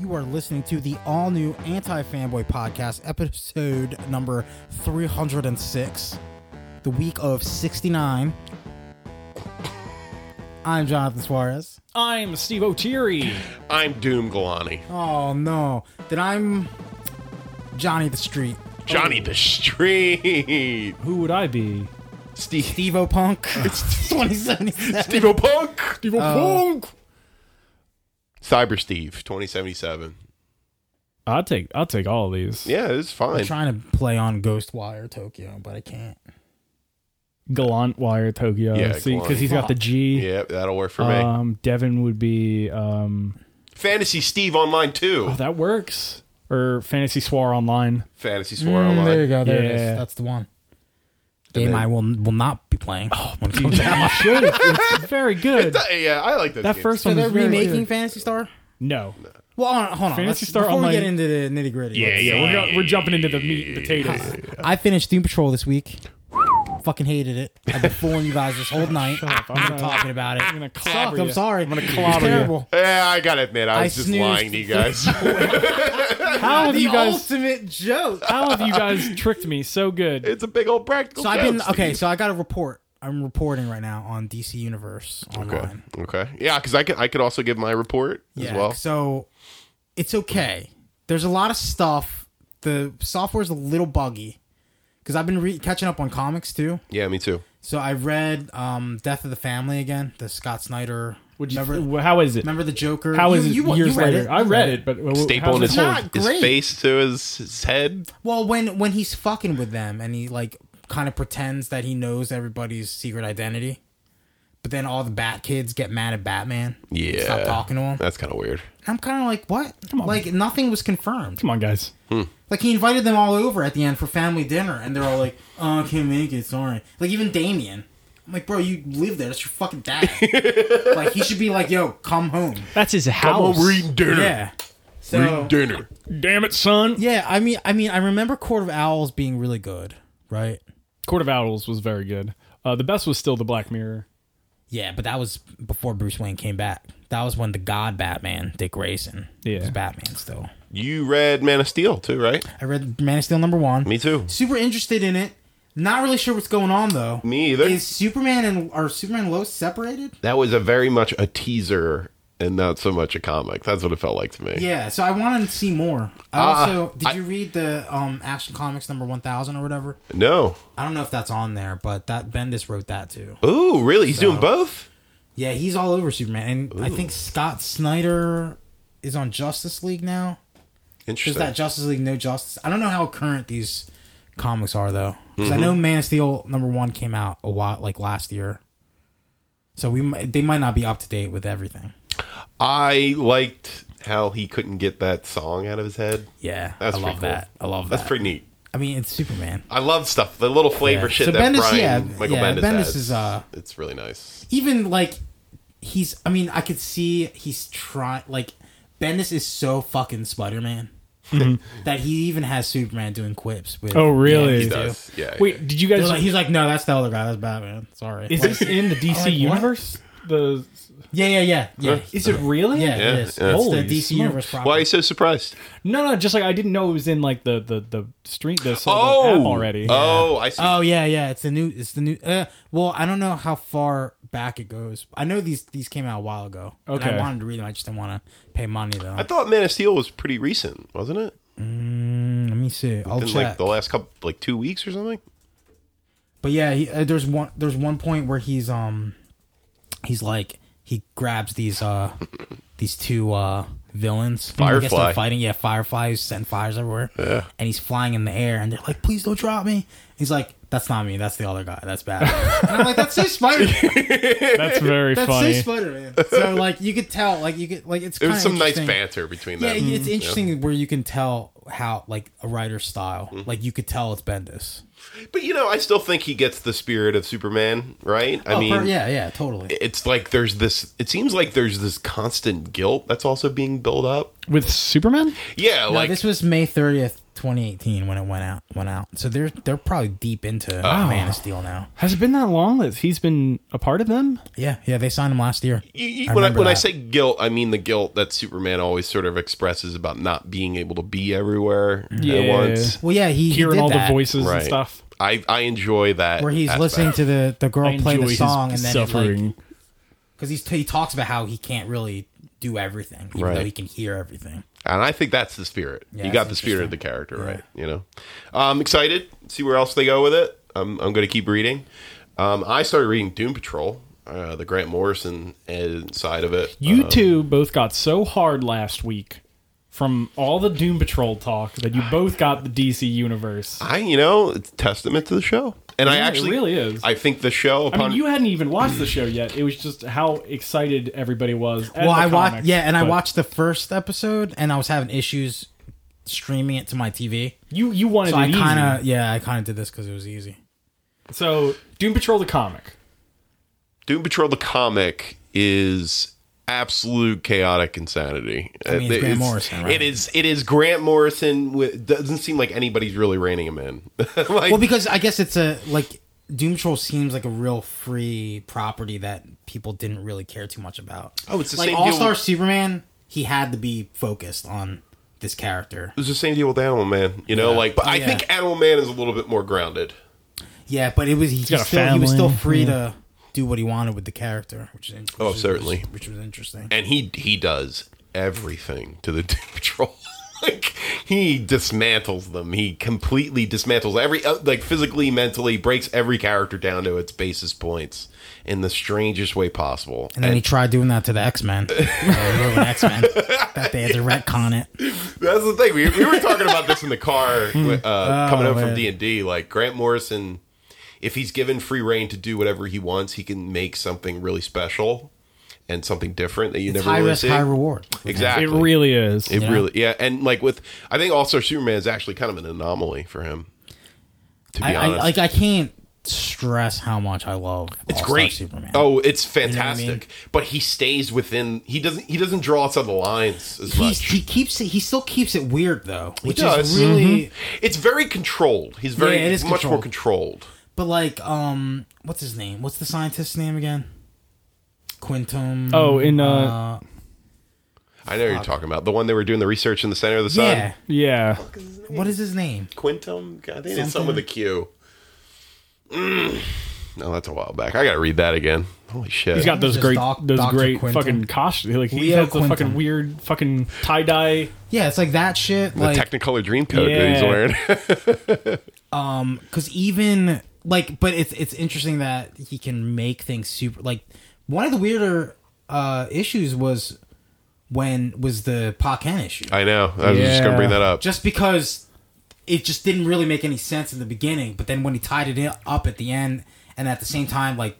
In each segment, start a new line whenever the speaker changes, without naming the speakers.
You are listening to the all new Anti Fanboy Podcast, episode number 306, the week of 69. I'm Jonathan Suarez.
I'm Steve O'Teary.
I'm Doom Galani.
Oh, no. Then I'm Johnny the Street.
Johnny the Street.
Who would I be?
Steve.
Steve O Punk. It's 2077.
Steve Punk. Steve
Oh.
Punk. Cyber Steve, 2077.
I'll take I'll take all of these.
Yeah, it's
I'm
fine.
trying to play on Ghostwire Tokyo, but I can't.
Gallant Wire Tokyo.
Yeah,
because he's got the G.
Yeah, that'll work for
Uh,
me.
Um, Devin would be um,
Fantasy Steve online too.
oh, that works. Or Fantasy Swar Online.
Fantasy Swore
Mm, There you
online.
go. There it
Yeah.
is. That's the one. Game
then-
I will will not be playing. Oh, when it
You
comes out.
should. It's very good.
Th- Uh, yeah, I like those
That
games.
first
So
one
they're
was very
remaking
good.
Fantasy Star.
No.
Well, hold on. Hold on.
Phantasy
Let's-
Star
before we
Online-
get into the nitty gritty.
Yeah, yeah.
So we're, go- we're jumping into the meat and potatoes.
I finished Doom Patrol this week. Fucking hated it. I've been fooling you guys this whole night.
up, I'm
I've been
gonna-
talking about it.
I'm gonna
Fuck,
clobber
I'm
you.
sorry. I'm
gonna
it's
clobber you.
terrible.
Yeah, I gotta admit, I,
I
was just
snoozed.
lying to you guys.
How have
The
you guys?
ultimate joke.
How have you guys tricked me so good?
it's a big old practical.
So I've been
joke,
okay.
Steve.
So I got a report. I'm reporting right now on DC Universe online.
Okay. Okay. Yeah, because I could I could also give my report as well.
So it's okay. There's a lot of stuff. The software's a little buggy because I've been re- catching up on comics too.
Yeah, me too.
So I read um, Death of the Family again, the Scott Snyder.
Would you,
remember,
how is it?
remember the Joker?
How is
You-
it
you- you
years
read
later?
it.
I read it, but well,
Staple in
how's
his,
it
whole-
hold?
not
his
great.
face to his, his head.
Well, when when he's fucking with them and he like kind of pretends that he knows everybody's secret identity, but then all the Bat kids get mad at Batman.
Yeah.
stop talking to him.
That's kind of weird.
I'm kind of like, what? Like nothing was confirmed.
Come on, guys.
Like he invited them all over at the end for family dinner, and they're all like, "Oh, I can't make it. Sorry." Like even Damien, I'm like, "Bro, you live there. That's your fucking dad. like he should be like, yo, come home.'
That's his house.
dinner.
Yeah. So
dinner.
Damn it, son.
yeah, I mean, I mean, I remember Court of Owls being really good, right?
Court of Owls was very good. Uh, the best was still the Black Mirror.
Yeah, but that was before Bruce Wayne came back. That was when the God Batman, Dick Grayson,
Yeah.
was Batman still.
You read Man of Steel too, right?
I read Man of Steel number one.
Me too.
Super interested in it. Not really sure what's going on though.
Me either.
Is Superman and are Superman and Lois separated?
That was a very much a teaser and not so much a comic. That's what it felt like to me.
Yeah, so I want to see more. I also did
Uh, I-
you read the um Action Comics number one thousand or whatever?
No.
I don't know if that's on there, but that Bendis wrote that too.
Ooh, really? He's doing both?
Yeah, he's all over Superman, and I think Scott Snyder is on Justice League now. Is
Interesting.
that Justice League No Justice? I don't know how current these comics are though, because I know Man of Steel number one came out a lot like last year, so we might, they might not be up to date with everything.
I liked how he couldn't get that song out of his head.
Yeah,
That's
I
pretty
love
cool.
that. I love
That's
that.
pretty neat.
I mean, it's Superman.
I love stuff. The little flavor
Yeah.
shit
So
that
Bendis,
Brian
yeah,
Michael
yeah,
Bendis,
Bendis
has.
is, uh,
it's really nice.
even like he's i mean i could see he's trying like bendis is so fucking spider-man that he even has superman doing quips with
Oh,
Yeah,
really? He
He
he's doing-
does. Yeah. yeah.
Wait, did you
They're
guys?
like- he's like no that's the other guy that's batman sorry
is
Like,
this in the DC
what?
universe? The
yeah yeah yeah yeah
is it really?
yeah,
Yeah,
it is.
yeah.
It's
Holy
the DC
smokes.
universe proper.
Why are you so surprised?
No, no. Just like I didn't know it was in like the the the street the, so the app already.
Oh, I see.
Oh yeah, yeah. It's the new. It's the new. Uh, well, I don't know how far back it goes. I know these these came out a while ago. and
Okay.
I wanted to read them. I just didn't want to pay money though.
I thought Man of Steel was pretty recent, wasn't it?
Let me see. I'll
In
check.
like the last couple, like two weeks or something.
But yeah, he, uh, there's one there's one point where he's um he's like he grabs these uh these two uh villains. I guess they're
Firefly.
fighting. Yeah, Firefly who's setting fires everywhere. Yeah. And he's flying in the air and they're like, "Please don't drop me." He's like, "That's not me. That's the other guy. That's bad." and I'm like, "That's so Spider-Man.
That's very
That's
funny.
so Spider-Man." So like you could tell like you could like it's
There
kind
was
of
some nice Mm-hmm. banter between
Yeah,
them.
it's interesting where you can tell how like a writer's style.
Mm-hmm.
Like you could tell it's Bendis.
But you know, I still think he gets the spirit of Superman, right? I
Oh,
mean,
per- yeah, yeah, totally.
it's like there's this. It seems like there's this constant guilt that's also being built up.
With Superman?
Yeah,
No,
like
this was May 30th, 2018 when it went out went out. So they're they're probably deep into
Oh.
Man of Steel now.
Has it been that long that he's been a part of them?
Yeah, yeah, they signed him last year.
You- you-
I
when I,
remember
when I
that.
say guilt, I mean the guilt that Superman always sort of expresses about not being able to be everywhere at
Yeah.
once.
Well, yeah, he he
Hearing
did
all
that,
the voices
Right.
and stuff.
I, I enjoy that.
where he's
aspect.
listening to the the girl play
enjoy
the
his
song and then it, like,
suffering.
because he's he talks about how he can't really do everything, even though
Right.
he can hear everything.
And I think that's the spirit.
Yeah,
you got
that's
the spirit of the character, right? You know, I'm excited. See where else they go with it. I'm, I'm going to keep reading. Um, I started reading Doom Patrol, uh, the Grant Morrison uh, side of it.
you two both got so hard last week from all the Doom Patrol talk that you both got the DC universe.
I, you know, it's testament to the show. And I
Yeah, it
actually
really is.
I think the show
I
upon
mean, you hadn't even watched the show yet. It was just how excited everybody was. at
well,
the
I watched
comics,
yeah, and I
but
watched the first episode, and I was having issues streaming it to my TV.
You you wanted
So
it
I kind
easy.
of yeah, I kind of did this because it was easy.
So Doom Patrol the comic.
Doom Patrol the comic is absolute chaotic insanity. Uh,
I mean, it's Grant Morrison, right?
It is. It is Grant Morrison. With, doesn't seem like anybody's really reining him in. like,
Well, because I guess it's a like Doom Patrol seems like a real free property that people didn't really care too much about.
Oh, it's the
like
same deal
All Star
with-
Superman. He had to be focused on this character.
It was the same deal with Animal Man, you know. Like, but I
Yeah.
think Animal Man is a little bit more grounded.
Yeah, but it was he,
got a
still, he was still
family,
free to do what he wanted with the character, which is in- which
Oh,
is-
certainly.
which was interesting.
and he he does everything to the Doom Patrol. like he dismantles them. He completely dismantles every uh, like physically, mentally breaks every character down to its basis points in the strangest way possible.
And then he tried doing that to the X Men. X Men. That they had to retcon it.
That's the thing. We, we were talking about this in the car uh, coming home
Hmm. Oh, man.
from D and D. Like Grant Morrison, if he's given free reign to do whatever he wants, he can make something really special and something different that you
It's
never
high
really
risk,
see.
high reward.
Exactly.
It really is.
It
Yeah.
really, yeah, and like with, I think also Superman is actually kind of an anomaly for him. To be
I, I
honest,
like. I can't stress how much I love.
it's
All-Star
great.
Superman.
Oh, it's
what I mean?
fantastic. But he stays within. He doesn't. He doesn't draw us on the lines as
He's,
much.
he keeps it. He still keeps it weird though, which
does.
is really.
it's very controlled. He's very
Yeah, it is
much more controlled.
But like, um, what's his name? What's the scientist's name again? Quintum.
Oh, in uh,
Um,
I know you're talking about the one they were doing the research in the center of the sun.
yeah.
yeah.
What is his name?
Quintum. I think it's
Something.
some with the Q. Mm. No, that's a while back. I gotta read that again. Holy shit!
He's got
was
those
just
great,
Doc-
those
Dr.
great
Quinton.
fucking costumes. Like he
Leo
has the
Quinton.
fucking weird fucking tie dye.
Yeah, it's like that shit.
the
Like,
Technicolor dream coat that he's
Yeah.
wearing.
because even like but it's it's interesting that he can make things super like one of the weirder uh issues was when was the Pacan issue
I know. I was just gonna bring
Yeah.
that up.
just because it just didn't really make any sense in the beginning but then when he tied it in- up at the end and at the same time like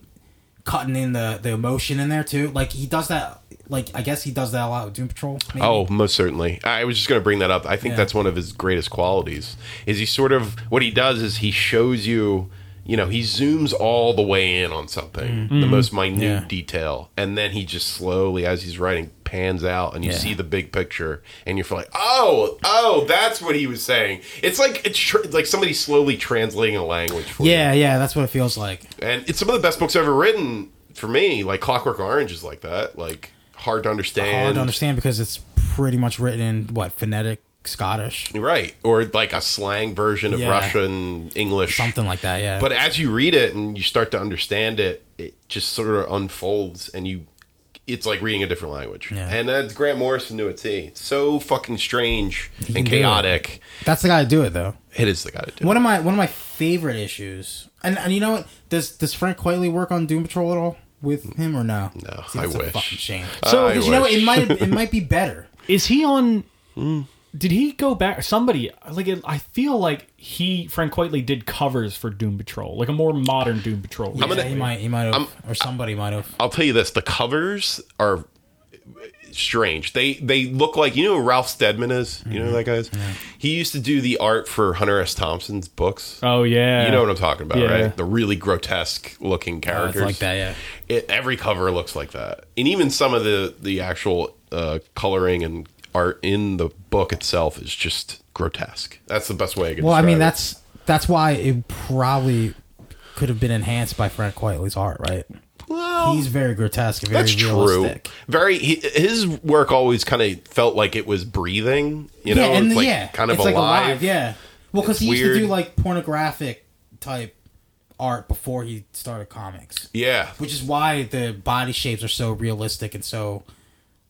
cutting in the the emotion in there too like he does that like I guess he does that a lot with Doom Patrol maybe.
Oh, most certainly. I was just going to bring that up. I think
Yeah.
that's one of his greatest qualities. Is he sort of what he does is he shows you, you know, he zooms all the way in on something, the most minute
Mm. Yeah.
detail, and then he just slowly, as he's writing, pans out, and you
Yeah.
see the big picture, and you're like, oh, oh, that's what he was saying. It's like it's tr- it's like somebody slowly translating a language for you.
yeah yeah that's what it feels like
and it's some of the best books I've ever written for me. Like Clockwork Orange is like that, like hard to understand.
hard to understand because it's pretty much written in what phonetic Scottish
Right. Or like a slang version of
Yeah.
Russian English.
something like that yeah
But as you read it and you start to understand it, it just sort of unfolds and you it's like reading a different language.
Yeah.
And that's Grant Morrison to a T. It's so fucking strange
can
and
do it.
chaotic.
That's the guy to do it though.
It is the guy to do. it.
One of my one of my favorite issues. And and you know what? Does does Frank Quitely work on Doom Patrol at all with him or no?
No,
See,
I
that's a
wish.
fucking shame.
So- I
Because you know what?
wish.
it might it might be better.
Is he on?
Hmm.
Did he go back? Somebody like it, I feel like he Frank Quitely did covers for Doom Patrol, like a more modern Doom Patrol.
Yeah, he might he might have or somebody might have.
I'll tell you this: the covers are strange. They they look like you know who Ralph Steadman is. You know
Mm-hmm.
who that guy is. He used to do the art for Hunter S. Thompson's books.
oh yeah,
You know what I'm talking about,
Yeah.
right? The really grotesque looking
Oh, It's
characters.
like that, yeah.
It, every cover looks like that, and even some of the the actual uh, coloring and are in the book itself is just grotesque. That's the best way I can.
Well, I mean
describe it.
that's that's why it probably could have been enhanced by Frank Quietly's art, right?
Well,
He's very grotesque, very
That's
realistic.
true. Very hi- his work always kind of felt like it was breathing, you know, it's like kind of
it's
alive.
like yeah. Well, because
It's
he used to do
weird.
like pornographic type art before he started comics,
Yeah.
which is why the body shapes are so realistic and so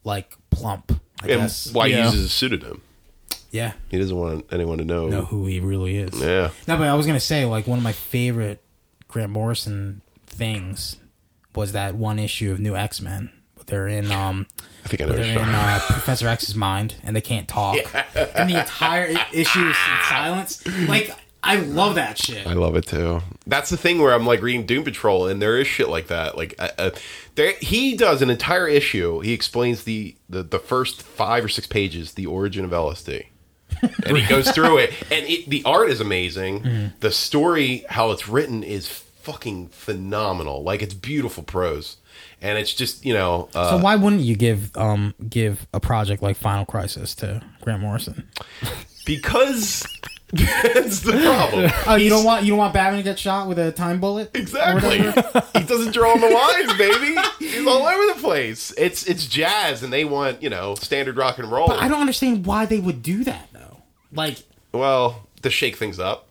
like plump. I
And
guess.
why
Yeah.
he uses a pseudonym.
yeah,
He doesn't want anyone to know.
know who he really is.
Yeah.
No, but I was gonna say like one of my favorite Grant Morrison things was that one issue of New X Men. They're in um,
I think I know. what
they're
you're
in
talking about.
uh, Professor X's mind, and they can't talk, and the entire i- issue is in silence. Like I love that shit.
I love it too. That's the thing where I'm like reading Doom Patrol, and there is shit like that. Like, uh, uh, there he does an entire issue. He explains the, the the first five or six pages, the origin of LSD, and he goes through it. And it, the art is amazing. The story, how it's written, is fucking phenomenal. Like, it's beautiful prose, and it's just you know.
So
Uh,
why wouldn't you give um give a project like Final Crisis to Grant Morrison?
because that's the problem.
Oh, you don't want you don't want Batman to get shot with a time bullet?
Exactly. he doesn't draw on the lines, baby. He's all over the place. It's it's jazz, and they want you know standard rock and roll.
I don't understand why they would do that though. Like
well, to shake things up.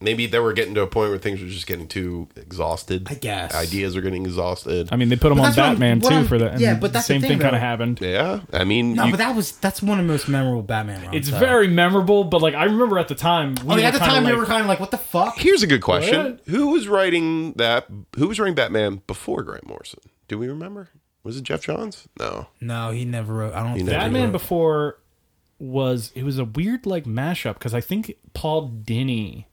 Maybe they were getting to a point where things were just getting too exhausted.
I guess.
ideas are getting exhausted.
I mean, they put him
But
on
that's what I'm-
Batman
what
too
I'm-
for that. and
yeah, but that's the
same
thing,
thing kind
though.
of happened.
yeah, I mean,
no,
you-
but that was that's one of the most memorable Batman. Runs,
It's
though.
very memorable, but like I remember at the time, we
I mean, Oh, at
were
the
kinda
time we
like-
were kind of like, what the fuck?
here's a good question:
What?
Who was writing that? Who was writing Batman before Grant Morrison? Do we remember? Was it Jeff Johns? No.
No, he never wrote. I don't. think
never
he
Batman
wrote.
before was it was a weird like mashup because I think Paul Dini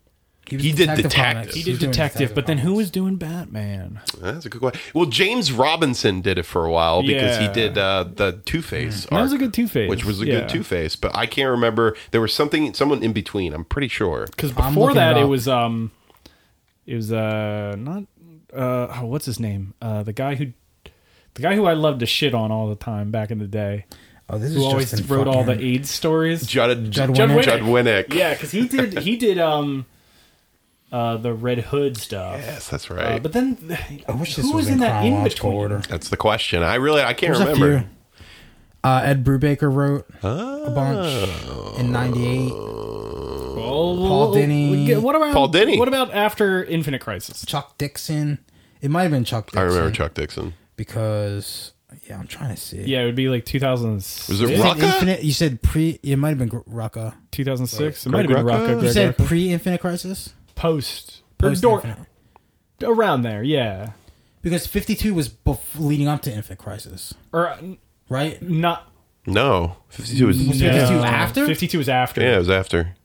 was
He did Detective.
Comics.
he
was
did
doing
detective, but then who
Comics.
was doing Batman?
That's a good question. Well, James Robinson did it for a while because he
Yeah.
did uh, the Two Face.
That was a good Two Face,
which was a
yeah.
good Two Face, but I can't remember. There was something, someone in between. I'm pretty sure.
Because
I'm
before
looking
that,
it
it
up.
was um, it was uh not uh oh, what's his name uh the guy who the guy who I loved to shit on all the time back in the day
Oh, this
who
is
always
just in
wrote all the
fucking-
AIDS stories.
Judd, Judd,
Judd
Winnick.
Winnick.
Yeah, because he did he did um, uh the Red Hood stuff.
Yes, that's
Uh,
right.
but then I
wish
who
this was in
that in
chronological
between?
order.
that's the question. I really, I can't
There's a
remember.
few. Uh, Ed Brubaker wrote
Ah.
a bunch in '98.
Paul
Dini.
What about
Paul Dini.
What about after Infinite Crisis?
Chuck Dixon. It might have been Chuck Dixon.
I remember Chuck Dixon.
because yeah, I'm trying to see. it.
Yeah, it would be like 2006.
Was it
You said
Rucka?
Infinite. You said pre. It might have been Gr- Rucka.
2006? It
Greg
might have been
Rucka?
Rucka.
You
You
Greg
said
Rucka.
pre Infinite Crisis.
post. Or door-
Post-Infinite.
around there, yeah.
Because 52 was bef- leading up to Infinite Crisis,
Or uh, n-
right?
not.
No, 52 was.
Was it-
Yeah.
52
no.
after?
52 was after.
yeah, it was after.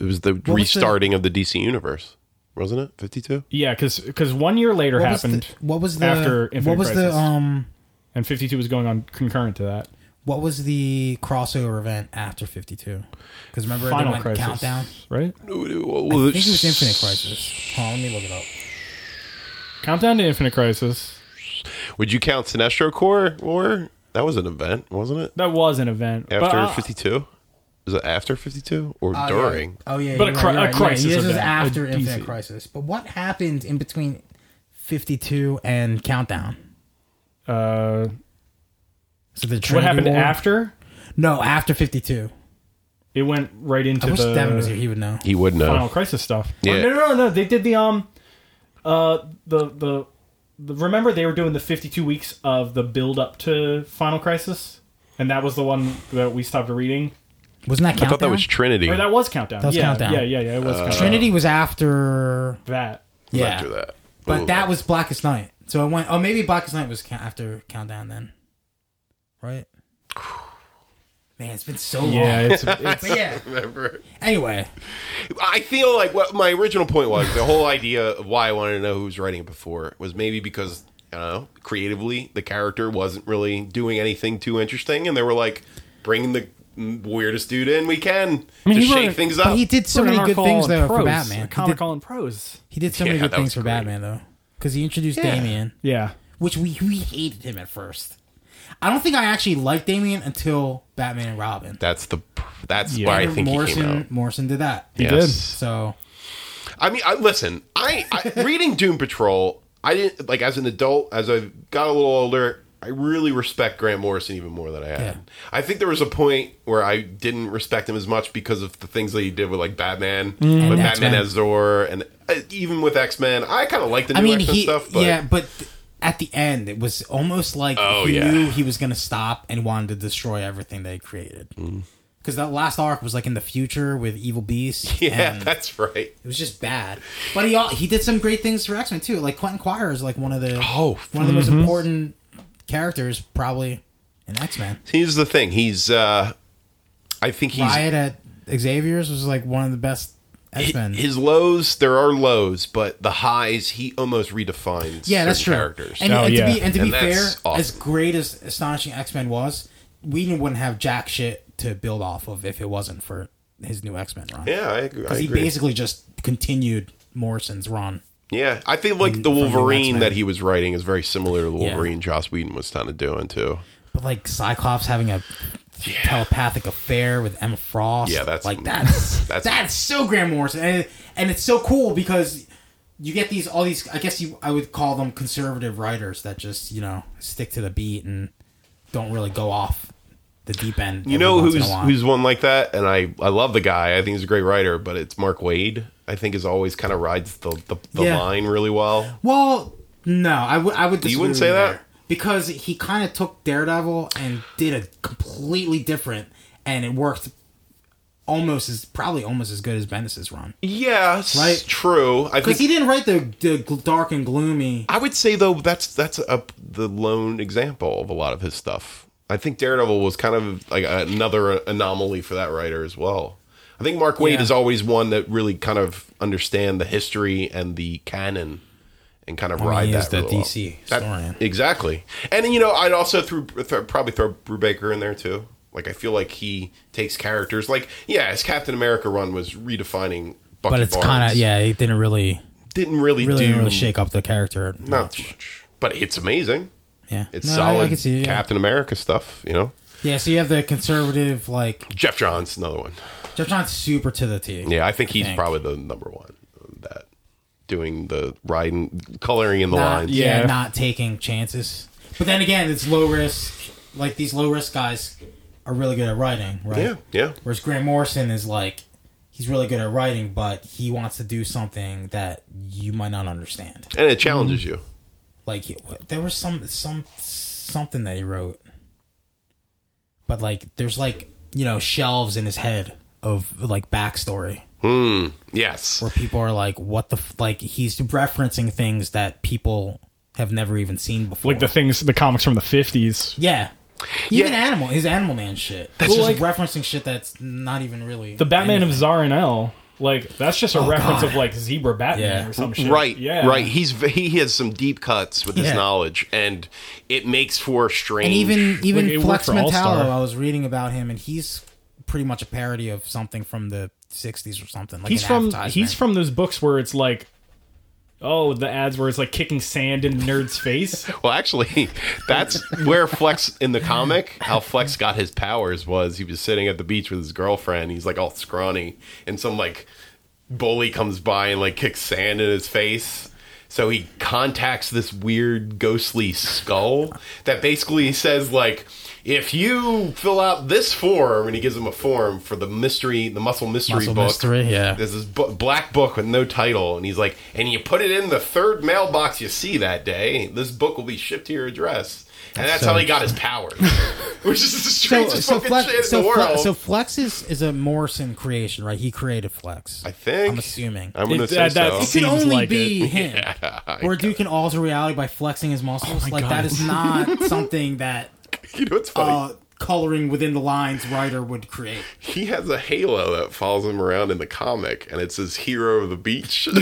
It was the
was the-
restarting of the DC universe, wasn't it? 52.
Yeah, because one year later
What was
happened,
the what was the
after
what
Infinite
was
Crisis.
the um
and 52 was going on concurrent to that.
what was the crossover event after 52? Because remember they
Final
went
Crisis.
countdown.
Right?
I think it was Infinite Crisis. Hold on, let me look it up.
Countdown to Infinite Crisis.
Would you count Sinestro Corps? Or that was an event, wasn't it?
That was an event. But,
After
uh,
52? Is it after 52 or
Oh, yeah.
during?
Oh yeah,
But a
you're
cri-
right, you're
a
right,
crisis
Yeah, this was
event, a
after
DC.
Infinite Crisis. But what happened in between 52 and Countdown?
uh,
So the Trinity
what happened
War?
after?
No, after 52.
It went right into
I wish
the
Devin was here; he would know.
He would know.
Final Crisis stuff. Oh,
Yeah.
No, no, no, no. They did the um, uh, the the. the- Remember they were doing the 52 weeks of the build up to Final Crisis, and that was the one that we stopped reading.
Wasn't that
I
Countdown?
thought that was Trinity.
Or that was Countdown.
That was
yeah,
Countdown.
yeah, yeah, yeah. It was Countdown.
Trinity was after
that.
yeah.
after that.
But
Ooh.
that was Blackest Night. So I went. Oh, maybe Blackest Night was ca- after Countdown then, right? Man, it's been so long.
Yeah, it's, it's
But yeah.
Remember?
Anyway,
I feel like what my original point was the whole idea of why I wanted to know who was writing it before was maybe because I don't know creatively the character wasn't really doing anything too interesting, and they were like, bring the weirdest dude in we can
mean,
to
he
shake
wrote-
things
but
up.
he did so many good things though for Batman. He
Comic
did,
Con prose.
he did so
Yeah,
many good
that was
things for
great.
Batman though, because he introduced
Yeah.
Damien,
Yeah,
which we we hated him at first. I don't think I actually liked Damien until Batman and Robin.
That's the that's
Yeah.
why I think he came
Morrison
out.
Morrison did that.
He
Yes.
did.
So
I mean, I, listen, I, I reading Doom Patrol, I didn't like as an adult, as I got a little older, I really respect Grant Morrison even more than I had.
Yeah.
I think there was a point where I didn't respect him as much because of the things that he did with like Batman, with
Mm. And
Batman
X-Men.
Azor, and uh, even with X Men. I kind of like the new
I mean,
X-Men
he
stuff, but
yeah, but th- at the end, it was almost like
Oh,
he
yeah.
knew he was going to stop and wanted to destroy everything they created.
Mm.
Because that last arc was like in the future with Evil Beast.
yeah,
and
that's right.
it was just bad. But he al- he did some great things for X Men too. Like Quentin Quire is like one of the
Oh,
one of the most important characters probably in X Men.
Here's the thing. He's, uh I think he's
Riot at Xavier's was like one of the best X Men.
his lows. There are lows, but the highs. He almost redefines.
Yeah, that's true.
certain Characters.
And,
Oh,
and
yeah.
to be and to
And
be fair,
that's awesome.
as great as Astonishing X Men was, Whedon wouldn't have jack shit to build off of if it wasn't for his new X Men run.
yeah, I agree. I
because he
agree.
basically just continued Morrison's run.
Yeah, I think like the
from the
Wolverine
X-Men.
that he was writing is very similar to the Wolverine Joss Whedon was kind of doing too.
But like Cyclops having a telepathic affair with Emma Frost.
Yeah, that's-
like that's
that's-
that's, so Graham Morrison, and, and it's so cool because you get these all these. I guess you I would call them conservative writers that just you know stick to the beat and don't really go off the deep end.
You know who's who's one like that, and I I love the guy. I think he's a great writer, but it's Mark Wade. I think is always kind of rides the the, the
Yeah.
line really well.
well, no, I would I would
You wouldn't
disagree
say
with
that?
because he kind of took Daredevil and did a completely different, and it worked almost as probably almost as good as Bendis's run.
Yes,
Right.
true. I think
Because he didn't write the, the gl- dark and gloomy.
I would say though that's that's a, the lone example of a lot of his stuff. I think Daredevil was kind of like another anomaly for that writer as well. I think Mark Wade
Yeah.
is always one that really kind of understand the history and the canon and kind of ride
he
that
is the
really well.
DC
That-
historian.
exactly. And you know, I'd also through, th- probably throw Brubaker in there too. Like I feel like he takes characters like yeah, his Captain America run was redefining Bucky
But it's
Barnes.
kind of, yeah, it didn't really,
Didn't really,
really,
do
didn't really shake up the character.
not much. But it's amazing.
Yeah.
It's
No, I-
solid
I, can see, it, yeah.
Captain America stuff, you know.
yeah, so you have the conservative, like,
Jeff Johns, another one.
Jeff John's super to the T.
Yeah, I think he's
think.
probably the number one of that doing the riding, coloring in the
Not,
lines.
yeah.
Yeah.
not taking chances. But then again, it's low risk. Like, these low risk guys are really good at writing, right?
yeah, yeah.
Whereas Grant Morrison is like, he's really good at writing, but he wants to do something that you might not understand.
And it challenges you.
like he- what- there was some some something that he wrote but like there's like you know shelves in his head of like backstory
Mm, Yes,
where people are like what the f-? like he's referencing things that people have never even seen before
Like the things, the comics from the fifties.
yeah even
Yeah.
animal his animal man shit that's just referencing shit that's not even really
The Batman of
anything.
Zarnel. Like that's just a reference
Oh, God.
of like zebra Batman
Yeah.
or some shit.
right,
Yeah.
right. He's he has some deep cuts with his
Yeah.
knowledge, and it makes for strange.
and even even
Like, it worked
Flex
for All-Star.
Mentallo I was reading about him and he's pretty much a parody of something from the 60s or something like
He's
an
from
advertisement.
he's from those books where it's like, oh, the ads where it's like kicking sand in the nerd's face.
well, actually, that's where Flex in the comic, how Flex got his powers was he was sitting at the beach with his girlfriend. He's like all scrawny, and some like bully comes by and like kicks sand in his face. So he contacts this weird ghostly skull that basically says like, if you fill out this form, and he gives him a form for the mystery, the muscle mystery
Muscle
book.
Mystery, yeah.
There's this bu- black book with no title, and he's like, and you put it in the third mailbox you see that day. This book will be shipped to your address, and that's
so
how he got his powers, which is the
so,
strangest
so
fucking
Flex,
shit in
so,
the
Fle-
world.
so Flex is, is a Morrison creation, right? He created Flex.
I think.
I'm assuming.
I'm gonna
It-
say
that- that's-
it
so.
can
seems
only
like
be
it.
him. or dude can alter reality by flexing his muscles. like that is not something that
You know what's funny?
uh, coloring within the lines writer would create.
he has a halo that follows him around in the comic, and it says "Hero of the Beach."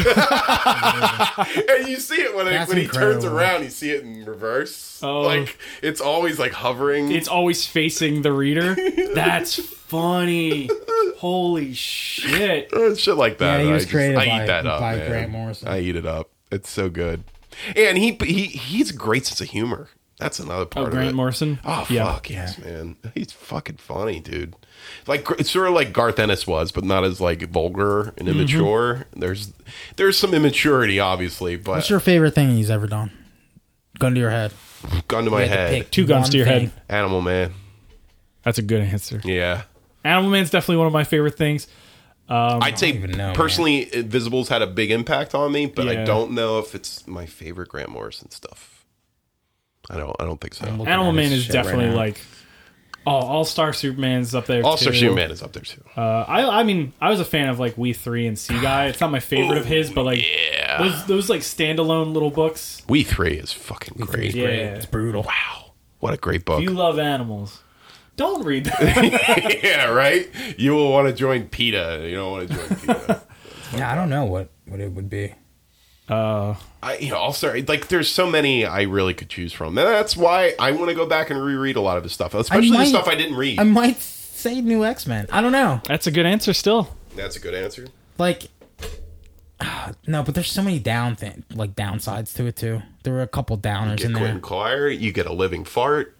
and you see it when, it,
That's
when he turns
incredible.
around, you see it in reverse.
Oh.
Like it's always like hovering.
It's always facing the reader. That's funny. Holy shit.
Uh, shit like that.
Yeah, he was
I, just-
created
I
by-
eat that up,
by
man.
Grant Morrison.
I eat it up. It's so good, and he he he's great sense of humor. That's another part
Oh,
of
Grant
it.
Morrison.
Oh
yeah.
fuck yes, man. He's fucking funny, dude. Like it's sort of like Garth Ennis was, but not as like vulgar
Mm-hmm.
and immature. There's there's some immaturity, obviously, but
What's your favorite thing he's ever done? Gun to your head.
gun to my
You had to
head,
pick
Two guns
one
to your
thing.
head.
Animal Man.
That's a good answer.
Yeah,
Animal Man's definitely one of my favorite things.
I'd say
even know, man.
personally, Invisibles had a big impact on me, but I
Yeah.
don't know if it's my favorite Grant Morrison stuff. I don't. I don't think so.
looking
Animal
at
Man
his
is
shit right
definitely
now.
like, oh, All Star Superman's up there.
All Star
too.
Superman is up there too.
Uh, I I mean, I was a fan of like We Three and Sea Guy. It's not my favorite of his, but like
yeah,
those those like standalone little books.
We Three is fucking
great.
great.
Yeah.
It's brutal.
Wow, what a great book.
If you love animals, don't read that.
yeah, right. You will want to join PETA. You don't want to join PETA.
Yeah, I don't know what what it would be.
uh,
I, you know, I'll start. Like, there's so many I really could choose from, and that's why I want to go back and reread a lot of his stuff, especially the
might-
stuff I didn't read.
I might say New X Men. I don't know.
that's a good answer. Still,
that's a good answer.
Like, no, but there's so many down thing, like downsides to it too. There were a couple downers
Get
in
Quentin
there.
Quire. You get a living fart.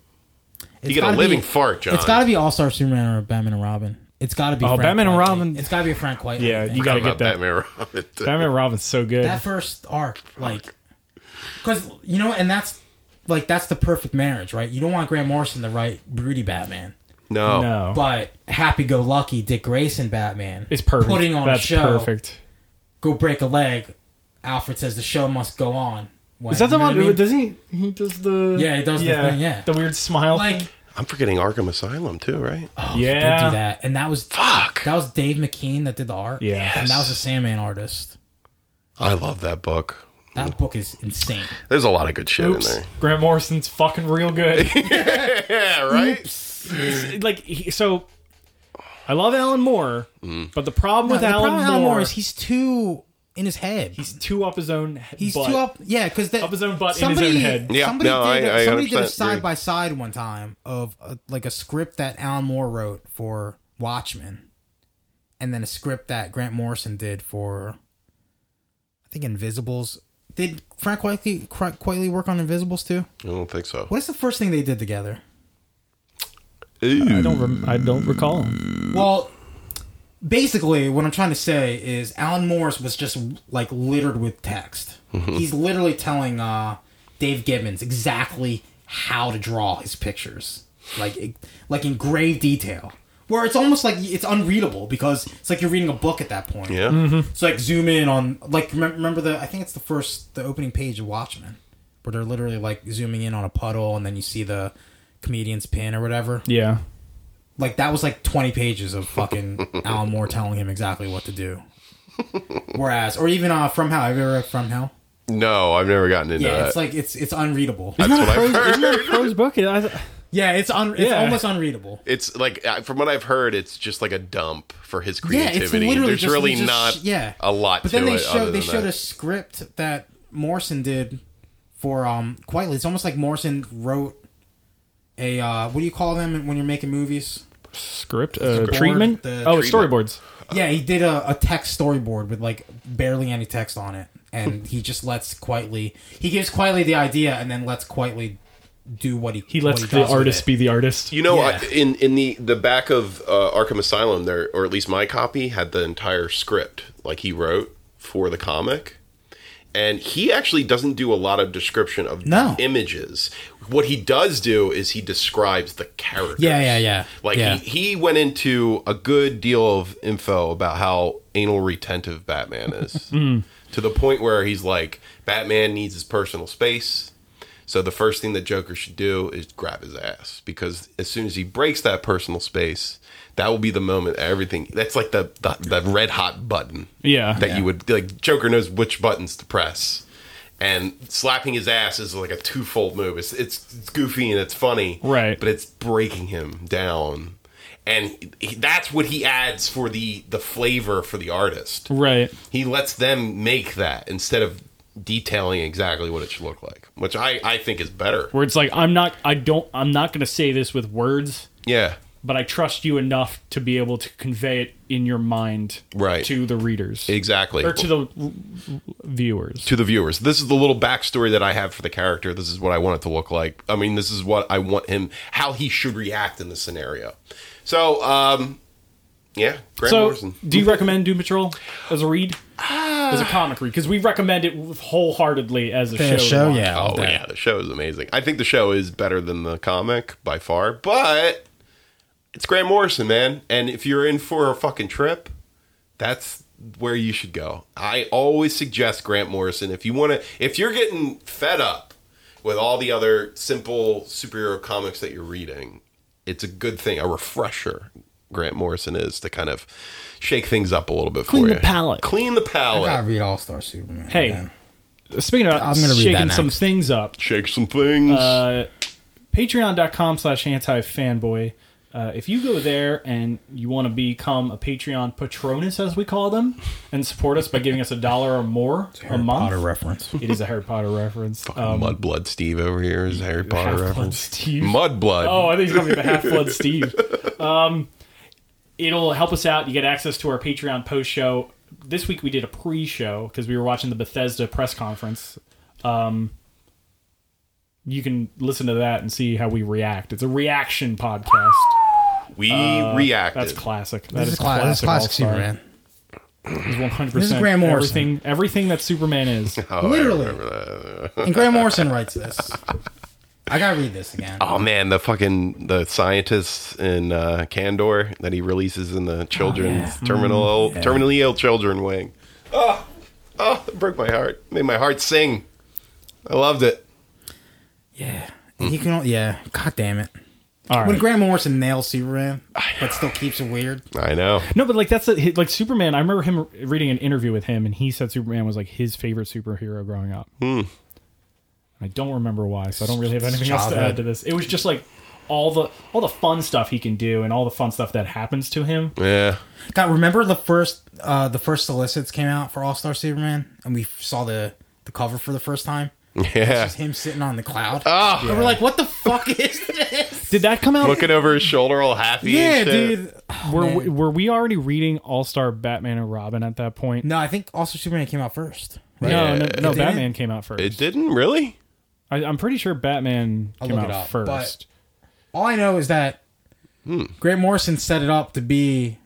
It's
You get a
gotta
living
be-
fart, John.
It's got to be All Star Superman or Batman and Robin. It's got to be.
Oh,
Frank
Batman and
Whiteley.
Robin.
It's got to be a Frank White.
Yeah, you got- gotta
About
get that.
Batman Robin.
Batman Robin's so good.
that first arc, like, because you know, and that's like that's the perfect marriage, right? You don't want Grant Morrison to write broody Batman,
No.
no,
but happy go lucky Dick Grayson Batman
it's perfect.
Putting on
that's
a show,
perfect.
go break a leg. Alfred says the show must go on. When-
Is that the
you know
one?
what I mean?
Doesn't he? He does the.
Yeah, he does the
yeah,
thing, yeah.
the weird smile.
Like,
thing.
I'm forgetting Arkham Asylum too, right?
oh,
Yeah.
did do that, and that was
Fuck.
that was Dave McKean that did the art.
Yeah.
and that was a Sandman artist.
I love that book.
That book is insane.
There's a lot of good shit
oops,
in
Grant Morrison's fucking real good.
there. yeah, right.
like he, so I love Alan Moore,
Mm.
but the problem with
No, the
Alan,
problem with
Moore,
Alan Moore is
he's,
he's too in his head.
too up his own. he-
He's
butt.
too up, yeah, because
Up his own butt in his own
somebody,
head.
Yeah,
somebody
no,
did,
I- I
somebody did a
100% agree.
side by side one time of uh like a script that Alan Moore wrote for Watchmen, and then a script that Grant Morrison did for, I think Invisibles. Did Frank Quitely, Cra- Quitely work on Invisibles too?
I don't think so.
What is the first thing they did together?
I
Ooh.
don't. Rem- I don't recall. him.
Well, basically, what I'm trying to say is Alan Morris was just like littered with text. He's literally telling uh, Dave Gibbons exactly how to draw his pictures, like it- like in grave detail. Where it's almost like it's unreadable because it's like you're reading a book at that point.
Yeah.
So like zoom in on like remember, remember the I think it's the first the opening page of Watchmen where they're literally like zooming in on a puddle and then you see the comedian's pin or whatever
Yeah,
like that was like 20 pages of fucking Alan Moore telling him exactly what to do. Whereas, or even uh, From Hell. Have you ever read From Hell?
No, I've never gotten into
Yeah,
that.
it's like it's it's unreadable.
That's what I've
isn't that
heard.
a prose book? I, th-
yeah, it's un, it's
Yeah.
almost unreadable.
It's like uh, from what I've heard, it's just like a dump for his
Yeah,
creativity.
it's literally
There's
just,
really
just-
not
yeah.
a lot.
But then
to
they
it other
showed they
than
showed
that.
a script that Morrison did for um Quietly. It's almost like Morrison wrote a uh, what do you call them when you're making movies?
script uh,
Board,
treatment.
the
oh,
treatment.
storyboards.
Yeah, he did a, a text storyboard with like barely any text on it, and he just lets quietly. He gives quietly the idea, and then lets quietly do what he
He lets
what
the
does with
artist
it.
be the artist.
You know,
Yeah.
I, in in the the back of uh, Arkham Asylum, there or at least my copy had the entire script, like he wrote for the comic, and he actually doesn't do a lot of description of
No.
images. What he does do is he describes the characters.
Yeah, yeah, yeah.
Like
Yeah.
He, he went into a good deal of info about how anal retentive Batman is, to the point where he's like, Batman needs his personal space. So the first thing that Joker should do is grab his ass because as soon as he breaks that personal space, that will be the moment everything. That's like the the, the red hot button
Yeah.
that you would like. Joker knows which buttons to press, and slapping his ass is like a twofold move. It's it's, it's goofy and it's funny,
Right.
But it's breaking him down, and he, that's what he adds for the the flavor for the artist.
Right.
He lets them make that instead of detailing exactly what it should look like, which I I think is better.
Where it's like I'm not. I don't. I'm not going to say this with words.
Yeah.
but I trust you enough to be able to convey it in your mind
Right.
to the readers
Exactly.
or to the w- w- viewers.
to the viewers. This is the little backstory that I have for the character. This is what I want it to look like. I mean, this is what I want him, how he should react in this scenario. So, um, yeah, Grant
so,
Morrison.
do you recommend Doom Patrol as a read? as a comic read? Because we recommend it wholeheartedly as a show.
The
to
show,
watch.
yeah.
Oh
that.
yeah, the show is amazing. I think the show is better than the comic by far, but it's Grant Morrison, man. And if you're in for a fucking trip, that's where you should go. I always suggest Grant Morrison if you want to. If you're getting fed up with all the other simple superhero comics that you're reading, it's a good thing, a refresher. Grant Morrison is to kind of shake things up a little bit
Clean
for
the
you.
palate.
Clean the palate.
I gotta read All Star Superman.
Hey,
man.
speaking of
I'm gonna read
shaking
that
some
next.
things up,
Shake some things.
uh, patreon.com slash anti-fanboy uh, if you go there and you want to become a patreon patronus as we call them and support us by giving us a dollar or more a
Harry
month
Potter reference.
it is a harry potter reference um,
Mudblood Steve over here is a Harry Potter
Half-Blood
reference.
Steve.
Mudblood.
oh i think he's going to be the half-blood steve um, it'll help us out you get access to our patreon post show this week we did a pre-show because we were watching the bethesda press conference um, you can listen to that and see how we react it's a reaction podcast
we reacted.
uh, That's classic. That
This
is
is, cla- this is classic
All-Star.
Superman.
This is 100%
This is Grant Morrison.
everything everything that Superman is.
Oh, I
Literally.
remember that.
And Grant Morrison writes this. I gotta read this again.
Oh man, the fucking the scientists in uh, Candor that he releases in
Oh,
the children's
Mm,
terminal terminally ill children wing. Oh, oh, it broke my heart. Made my heart sing. I loved it.
Yeah. And he can. al- Yeah. God damn it.
All
When
right.
Grant Morrison nails Superman, but still keeps it weird.
I know.
No, but like that's a, like Superman. I remember him reading an interview with him, and he said Superman was like his favorite superhero growing up.
Hmm.
I don't remember why, so I don't really have anything else to
Childhood.
add to this. It was just like all the all the fun stuff he can do, and all the fun stuff that happens to him.
Yeah.
God, remember the first uh the first solicits came out for All Star Superman, and we saw the the cover for the first time.
Yeah.
It's him sitting on the cloud.
Oh.
And we're like, what the fuck is this?
Did that come out?
Looking over his shoulder all happy.
yeah,
and shit.
dude.
were were we already reading All Star Batman and Robin at that point?
No, I think All Star Superman came out first. Right?
no, no, no,
It didn't?
Batman came out first.
It didn't really?
I, I'm pretty sure Batman came
look
out
it up,
first.
but- All I know is that
Hmm.
Grant Morrison set it up to be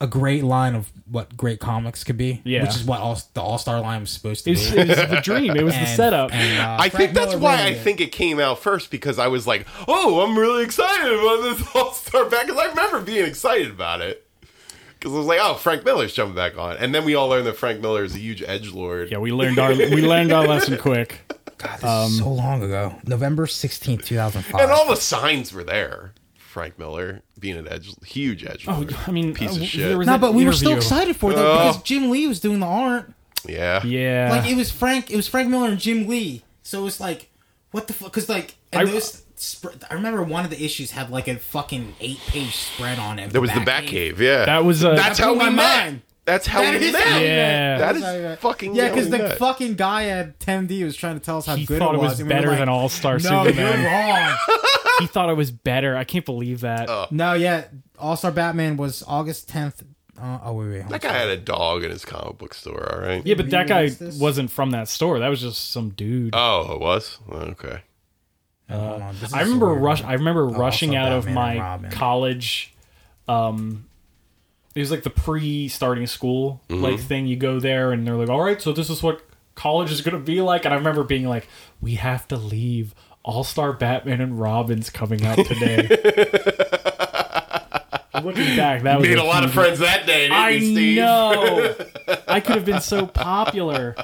a great line of what great comics could be.
Yeah.
Which is what all, the All Star line was supposed to
It
be.
was, it was the dream. It was the
And-
setup.
and, uh,
I
Frank
think that's
Miller
why
ruined
I
it.
think it came out first because I was like, "Oh, I'm really excited about this All Star back." Because I remember being excited about it because I was like, "Oh, Frank Miller's jumping back on," and then we all learned that Frank Miller is a huge edge lord.
yeah, we learned our we learned our lesson quick.
God, this is so long ago. Um, November sixteenth, two 2005.
and all the signs were there. Frank Miller being an edge, huge edge.
Oh,
Lord.
I mean, uh,
piece of
w-
shit.
there was
no,
that
but we were still
interview.
excited for it
Oh.
though, because Jim Lee was doing the art.
yeah,
Yeah,
like it was Frank. It was Frank Miller and Jim Lee. So it's like, what the fuck? Because like, and
I-
those. Sp- I remember one of the issues had like a fucking eight page spread on it.
there was the Batcave. cave. Yeah,
that was uh,
that's
that
how
blew
we
my
met.
mind.
That's how
That
we
is
met.
how we met.
Yeah.
that
That's how we
is
met.
fucking
Yeah,
how
because
we
the
met.
fucking guy at 10D was trying to tell us how
he
good
thought
it
it
was.
was
and we were
better
like,
than All Star
No,
Superman.
you're wrong.
he thought it was better. I can't believe that.
Uh,
no, yeah, All Star Batman was August 10th. Uh, oh wait, wait. hold
that guy had a dog in his comic book store. All right.
yeah, but that guy
Re-released this?
wasn't from that store. That was just some dude.
Oh, it was okay.
on, hold on. This
I
is
remember
weird.
rush. I remember rushing
Oh, also
out of
Batman and
my
Robin.
college. Um, it was like the pre-starting school
Mm-hmm.
like thing. You go there, and they're like, "All right, so this is what college is going to be like." And I remember being like, "We have to leave. All Star Batman and Robin's coming out today." Looking back, that was
Made
a
a lot of
huge-
friends that day. Didn't
I
you, Steve?
know. I could have been so popular.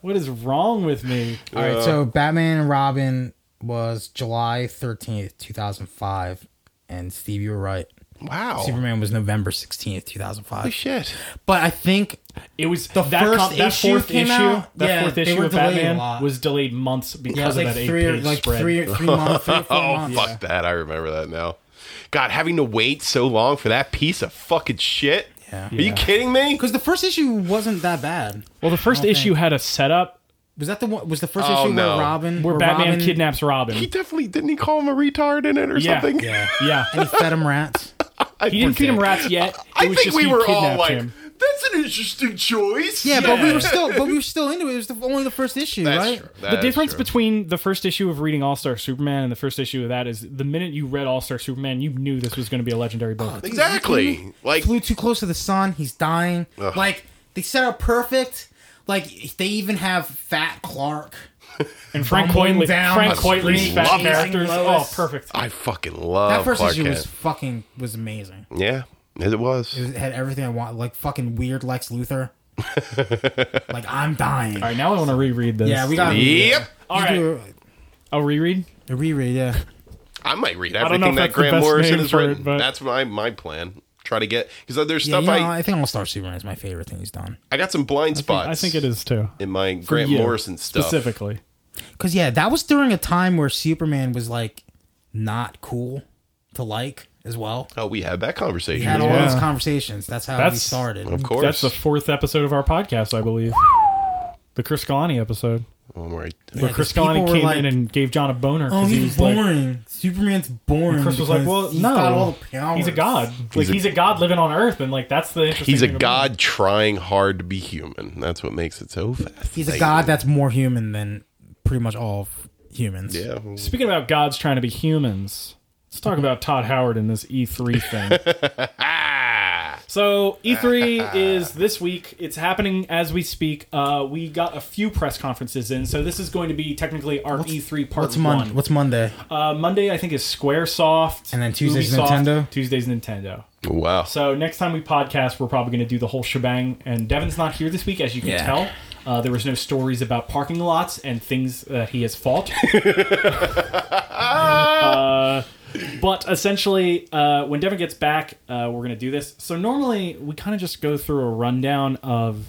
What is wrong with me?
All right, so Batman and Robin was July 13th, 2005, and Steve, you were right.
Wow.
Superman was November 16th, 2005.
shit.
But I think
It was
The
that
first
com- that
issue
fourth
came
issue.
out?
That
Yeah,
fourth
they
issue
were
of
delayed a
Batman
lot.
was delayed months because
yeah, it was
of
like
that
three, or,
eight-page
like
spread.
three, or- three months, three or four
Oh
months.
fuck
Yeah.
that! I remember that now. God, having to wait so long for that piece of fucking shit.
Yeah.
Are you kidding me?
Because the first issue wasn't that bad.
well, the first
I don't
issue had a setup
Was that the one? Was the first
Oh,
issue
no.
where Robin?
where
where
Batman
Robin,
kidnaps Robin.
He definitely didn't he call him a retard in it or
Yeah.
something.
Yeah,
yeah,
and he fed him rats.
I
he didn't feed him
forget.
rats yet. It
I
was
think
just
we
he
were all
kidnapped
like,
him.
"That's an interesting choice."
Yeah, but we were still, but we were still into it. It was the, only the first issue, right?
That's true.
the difference between the first issue of reading All Star Superman and the first issue of that is the minute you read All Star Superman, you knew this was going to be a legendary book.
exactly like
Flew too close to the sun. He's dying.
Ugh.
Like they set up perfect. Like they even have Fat Clark.
and Frank
Bumbling
Coitley,
down
Frank
the
Coitley's
street,
fat
love that.
characters. Oh,
Lois.
perfect.
I fucking love
That first
Oh, Clark
issue was
Kent.
fucking was amazing.
yeah, it was.
It had everything I want. Like fucking weird Lex Luthor. like I'm dying.
All right, now I want to reread this.
Yeah, we got.
Yep.
All right, I'll reread.
A reread, yeah.
I might read
don't know
everything
if
that
that's the
Grant
best
Morrison
name
has
for it,
written.
but-
That's my my plan. Try to get because there's
yeah
stuff
you know,
I
I think All Star Superman is my favorite thing he's done.
I got some blind spots.
I think it is too.
in my Grant
you,
Morrison stuff.
Specifically,
Cause yeah, that was during a time where Superman was like not cool to like as well.
Oh, we had that
We
conversation.
had all
Yeah.
those conversations. That's how we
That's-
started.
of course.
that's the fourth episode of our podcast, I believe. The Chris Galani episode,
One where I-
where
Yeah, 'cause
Chris
people
Galani
were
came
like,
in and gave John a boner
Oh,
because
he's
he was like,
boring. Superman's boring.
Chris was like,
because
"Well,
he's
no,
got all the powers.
he's a god. Like
a-
he's a god living on Earth, and like that's the interesting.
He's a
thing about
god trying hard to be human. That's what makes it so fast.
He's a god that's more human than pretty much all of humans."
Yeah.
him. Speaking about gods trying to be humans, let's talk about Todd Howard and this E3 thing.
Ah.
So E3 is this week. It's happening as we speak. Uh, we got a few press conferences in, so this is going to be technically our E3 part
What's Mon-
one.
What's Monday?
uh, Monday, I think, is SquareSoft,
And then Tuesday's
Ubisoft,
Nintendo?
Tuesday's Nintendo.
Wow.
So next time we podcast, we're probably going to do the whole shebang. And Devin's not here this week, as you can
Yeah.
tell. Uh, there was no stories about parking lots and things that he has fault. Uh, but essentially, uh, when Devin gets back, uh, we're going to do this. So normally, we kind of just go through a rundown of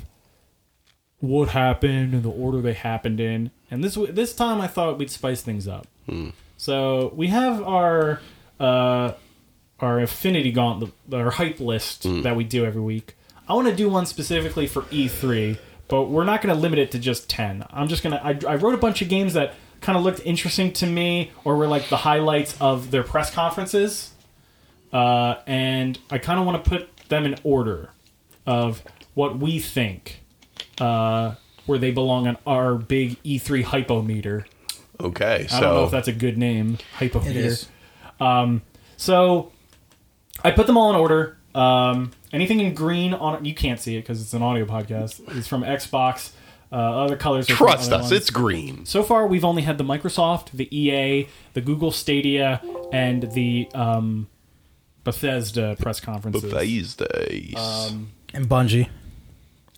what happened and the order they happened in. And this this time, I thought we'd spice things up. So we have our uh, our affinity gauntlet, our hype list that we do every week. I want to do one specifically for E3, but we're not going to limit it to just ten. I'm just gonna. I, I wrote a bunch of games that kind of looked interesting to me, or were like the highlights of their press conferences, uh, and I kind of want to put them in order of what we think. Uh, where they belong on our big E3 hypometer.
Okay. So
I don't know if that's a good name. Hypometer.
It is.
So I put them all in order. Um, anything in green on you can't see it because it's an audio podcast. It's from Xbox. Uh, other colors. Are from
trust
other ones.
us. It's green.
so far we've only had the Microsoft, the EA, the Google Stadia, and the um, Bethesda press conferences.
These days. Um,
And Bungie.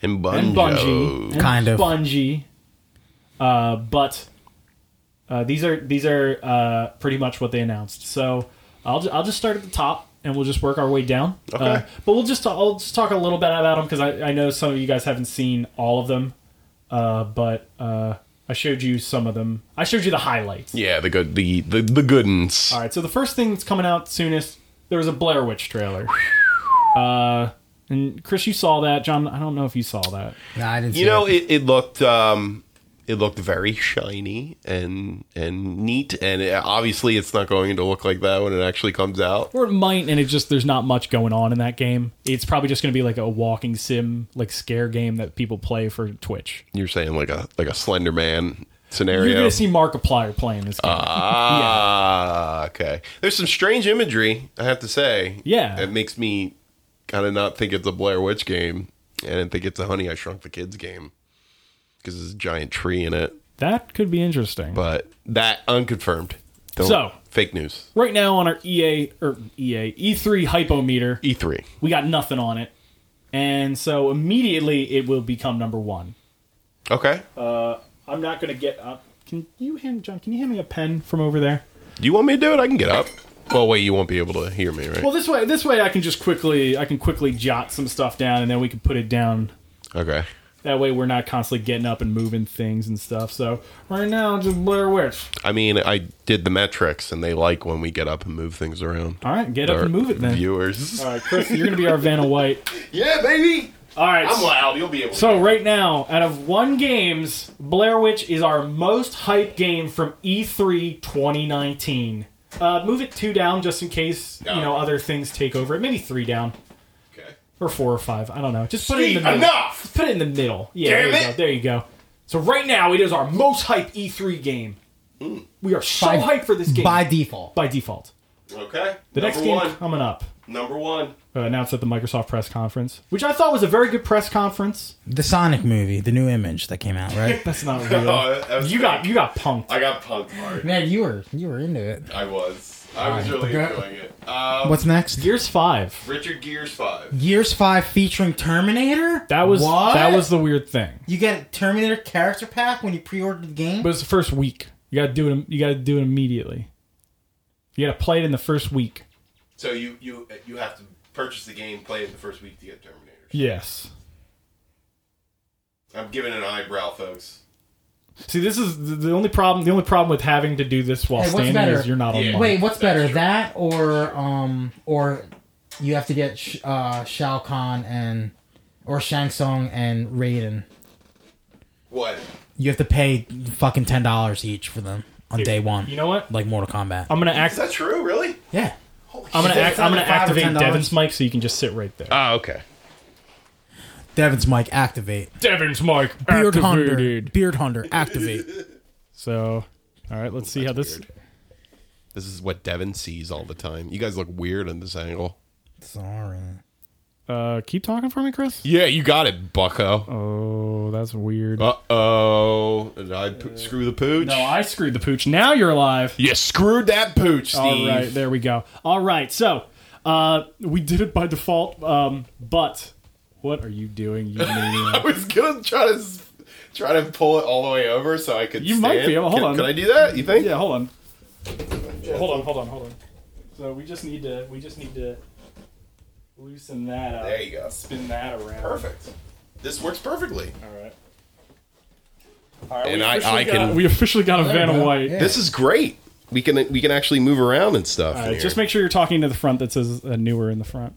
and Bungie.
and Bungie, and
Kind of.
Bungie. Uh, but uh, these are these are uh, pretty much what they announced. So I'll ju- I'll just start at the top and we'll just work our way down.
Okay.
Uh, but we'll just I'll just talk a little bit about them because I, I know some of you guys haven't seen all of them, uh, but uh, I showed you some of them. I showed you the highlights.
Yeah, the good, the the, the good uns.
All right, so the first thing that's coming out soonest, there was a Blair Witch trailer. Uh, and Chris, you saw that. John, I don't know if you saw that.
Nah, I didn't.
You
see
know,
it.
it, it looked um, it looked very shiny and and neat, and it- obviously it's not going to look like that when it actually comes out.
Or it might, and it just there's not much going on in that game. It's probably just going to be like a walking sim, like scare game that people play for Twitch.
You're saying like a like a Slender Man scenario.
You're going to see Markiplier playing this game.
Uh, ah, okay. There's some strange imagery, I have to say.
Yeah.
it makes me kind of not think it's a Blair Witch game, and think it's a Honey I Shrunk the Kids game because there's a giant tree in it.
that could be interesting.
But that unconfirmed. Don't,
So-
fake news.
right now on our EA or E EA E3 hypometer,
E3.
we got nothing on it, and so immediately it will become number one.
Okay.
I'm not going to get up. Can you hand John? Can you hand me a pen from over there?
Do you want me to do it? I can get up. Well, wait, you won't be able to hear me, right?
Well, this way, this way I can just quickly, I can quickly jot some stuff down, and then we can put it down
Okay.
That way we're not constantly getting up and moving things and stuff. So right now, just Blair Witch.
I mean, I did the metrics, and they like when we get up and move things around.
All right, get up
Our
and move it then.
Viewers.
All right, Chris, you're gonna be our Vanna White.
Yeah, baby.
All right.
I'm loud. You'll be able.
So right now, out of one games, Blair Witch is our most hyped game from E E3 2019. Uh, move it two down just in case you know
Yeah.
other things take over. Maybe three down
to. Okay.
or four or five. I don't know. Just put it
Steve,
in the middle.
enough.
Put it in the middle. Yeah. there
Damn
you
it.
go. There you go. So right now, it is our most hyped E3 game.
Hmm.
We are so
By-
hyped for this game
by default.
by default.
Okay.
The
Number
next game
one.
coming up,
Number one.
uh, announced at the Microsoft press conference, which I thought was a very good press conference.
The Sonic movie, the new image that came out, right?
That's not real.
Oh, that- that was
you got you got punked.
I got punked hard.
Man, you were you were into it.
I was. I was really
Okay.
enjoying it. Um,
What's next?
Gears Five.
Richard Gears Five.
Gears Five featuring Terminator.
That was
what?
that was the weird thing.
You get a Terminator character pack when you pre-order the game.
But it's the first week. You gotta do it. You gotta do it immediately. You gotta play it in the first week.
So you you you have to purchase the game, play it the first week to get Terminator.
Yes.
I'm giving it an eyebrow, folks.
See, this is the- the only problem. The only problem with having to do this while
Hey, what's
standing
better?
is you're not
Yeah.
online.
Wait, what's better,
true.
that or um or you have to get Sh- uh, Shao Kahn and or Shang Tsung and Raiden.
What?
You have to pay fucking ten dollars each for them on day one,
You know Um, what?
like Mortal Kombat.
I'm gonna act.
Is that true? Really?
yeah.
Holy
I'm gonna
Shit,
act. I'm gonna
it's like five or
activate
ten
Devin's
dollars.
mic so you can just sit right there.
Ah, okay.
Devin's mic activate.
Devin's mic
Beard Hunter.
activated.
Beard Hunter activate.
So, all right, let's see how this.
This is what Devin sees all the time. You guys look weird on this angle.
Sorry.
Uh, keep talking for me, Chris.
Yeah, you got it, Bucko.
Oh, that's weird.
Uh oh. Did I po- screw the pooch?
No, I screwed the pooch. Now you're alive.
You screwed that pooch, Steve.
All right, there we go. All right, so uh, we did it by default. Um, but what are you doing? You
I
maniac?
was gonna try to s- try to pull it all the way over so I could.
You might
stand.
be able- hold
Can-
on.
Can I do that? You think?
yeah, hold on. Hold on, hold on, hold on. So we just need to we just need to loosen that up.
There you go.
Spin that around.
Perfect. This works perfectly.
All right. All right.
And
we
I-
officially
I
got-
can-
We officially got a Vanna
go.
White.
Yeah.
This is great. We can we can actually move around and stuff.
All
in
right,
here.
Uh, just make sure you're talking to the front that says uh, newer in the front.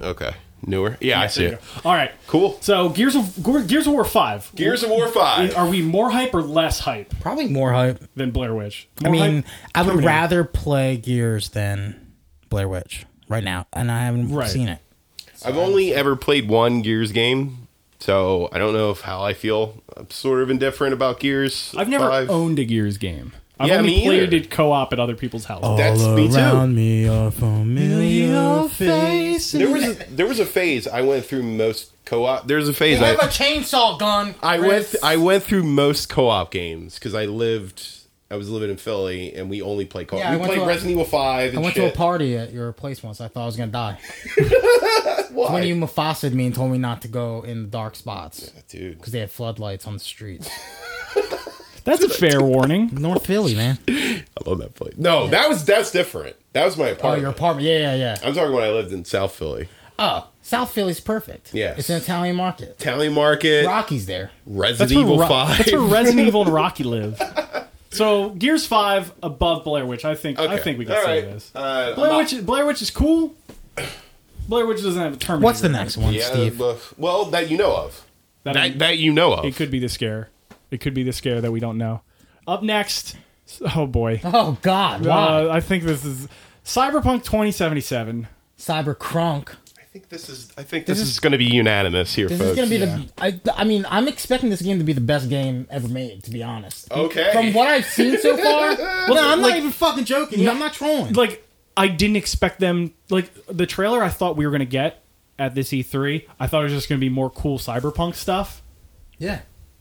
okay newer. Yeah, I see
There you
it.
go. All right.
Cool.
So Gears of Gor- Gears of War Five.
Gears of War Five.
Are we more hype or less hype
Probably more hype.
than Blair Witch?
I
More
mean,
hype?
I would
Terminator.
rather play Gears than Blair Witch right now, and I haven't
Right.
seen it.
I've only ever played one Gears game, so I don't know if how I feel. I'm sort of indifferent about Gears.
I've never
Five.
owned a Gears game. I've
Yeah,
only
me
played
either. Oh.
it co-op at other people's houses.
That's me too.
me are familiar faces.
There was a, there was a phase I went through most co-op. There's a phase I,
chainsaw gun.
I went I went through most co-op games because I lived I was living in Philly and we only played co-op.
Yeah, I
we
went
played
to a-
Resident Evil Five.
I
And
went to
shit.
a party at your place once. I thought I was gonna die.
Why?
When you Mufasa'd me and told me not to go in the dark spots
Dude,
because they had floodlights on the streets.
That's a fair warning.
North Philly, man.
I love that place. No, that was that's different. That was my
Oh,
apartment.
your apartment. Yeah, yeah, yeah.
I'm talking when I lived in South Philly.
Oh, South Philly's perfect.
Yes.
it's an Italian market.
Tally Market,
Rocky's there.
Resident Evil
Ro-
Five.
That's where Resident Evil and Rocky live. So Gears Five above Blair Witch. I think. I
Okay.
think we can
All
say
right.
this.
Uh,
Blair
I'm not-
Witch. Blair Witch is cool. Blair Witch doesn't have a Terminator.
What's the next one,
yeah,
Steve?
well, well, that you know of.
That,
That, that you know of.
it could be the scare. It could be the scare that we don't know. Up next. Oh boy.
Oh God, why?
Uh, I think this is Cyberpunk 2077.
Cyber Crunk.
I think this is. I think this, is, going to be unanimous here,
This
folks.
is gonna be the. I, I mean, I'm expecting this game to be the best game ever made. To be honest,
Okay.
From what I've seen so far, well, no, I'm not even fucking joking. I'm not trolling.
Like I didn't expect them. Like the trailer I thought we were gonna get at this E3. I thought it was just gonna be more cool Cyberpunk stuff.
yeah,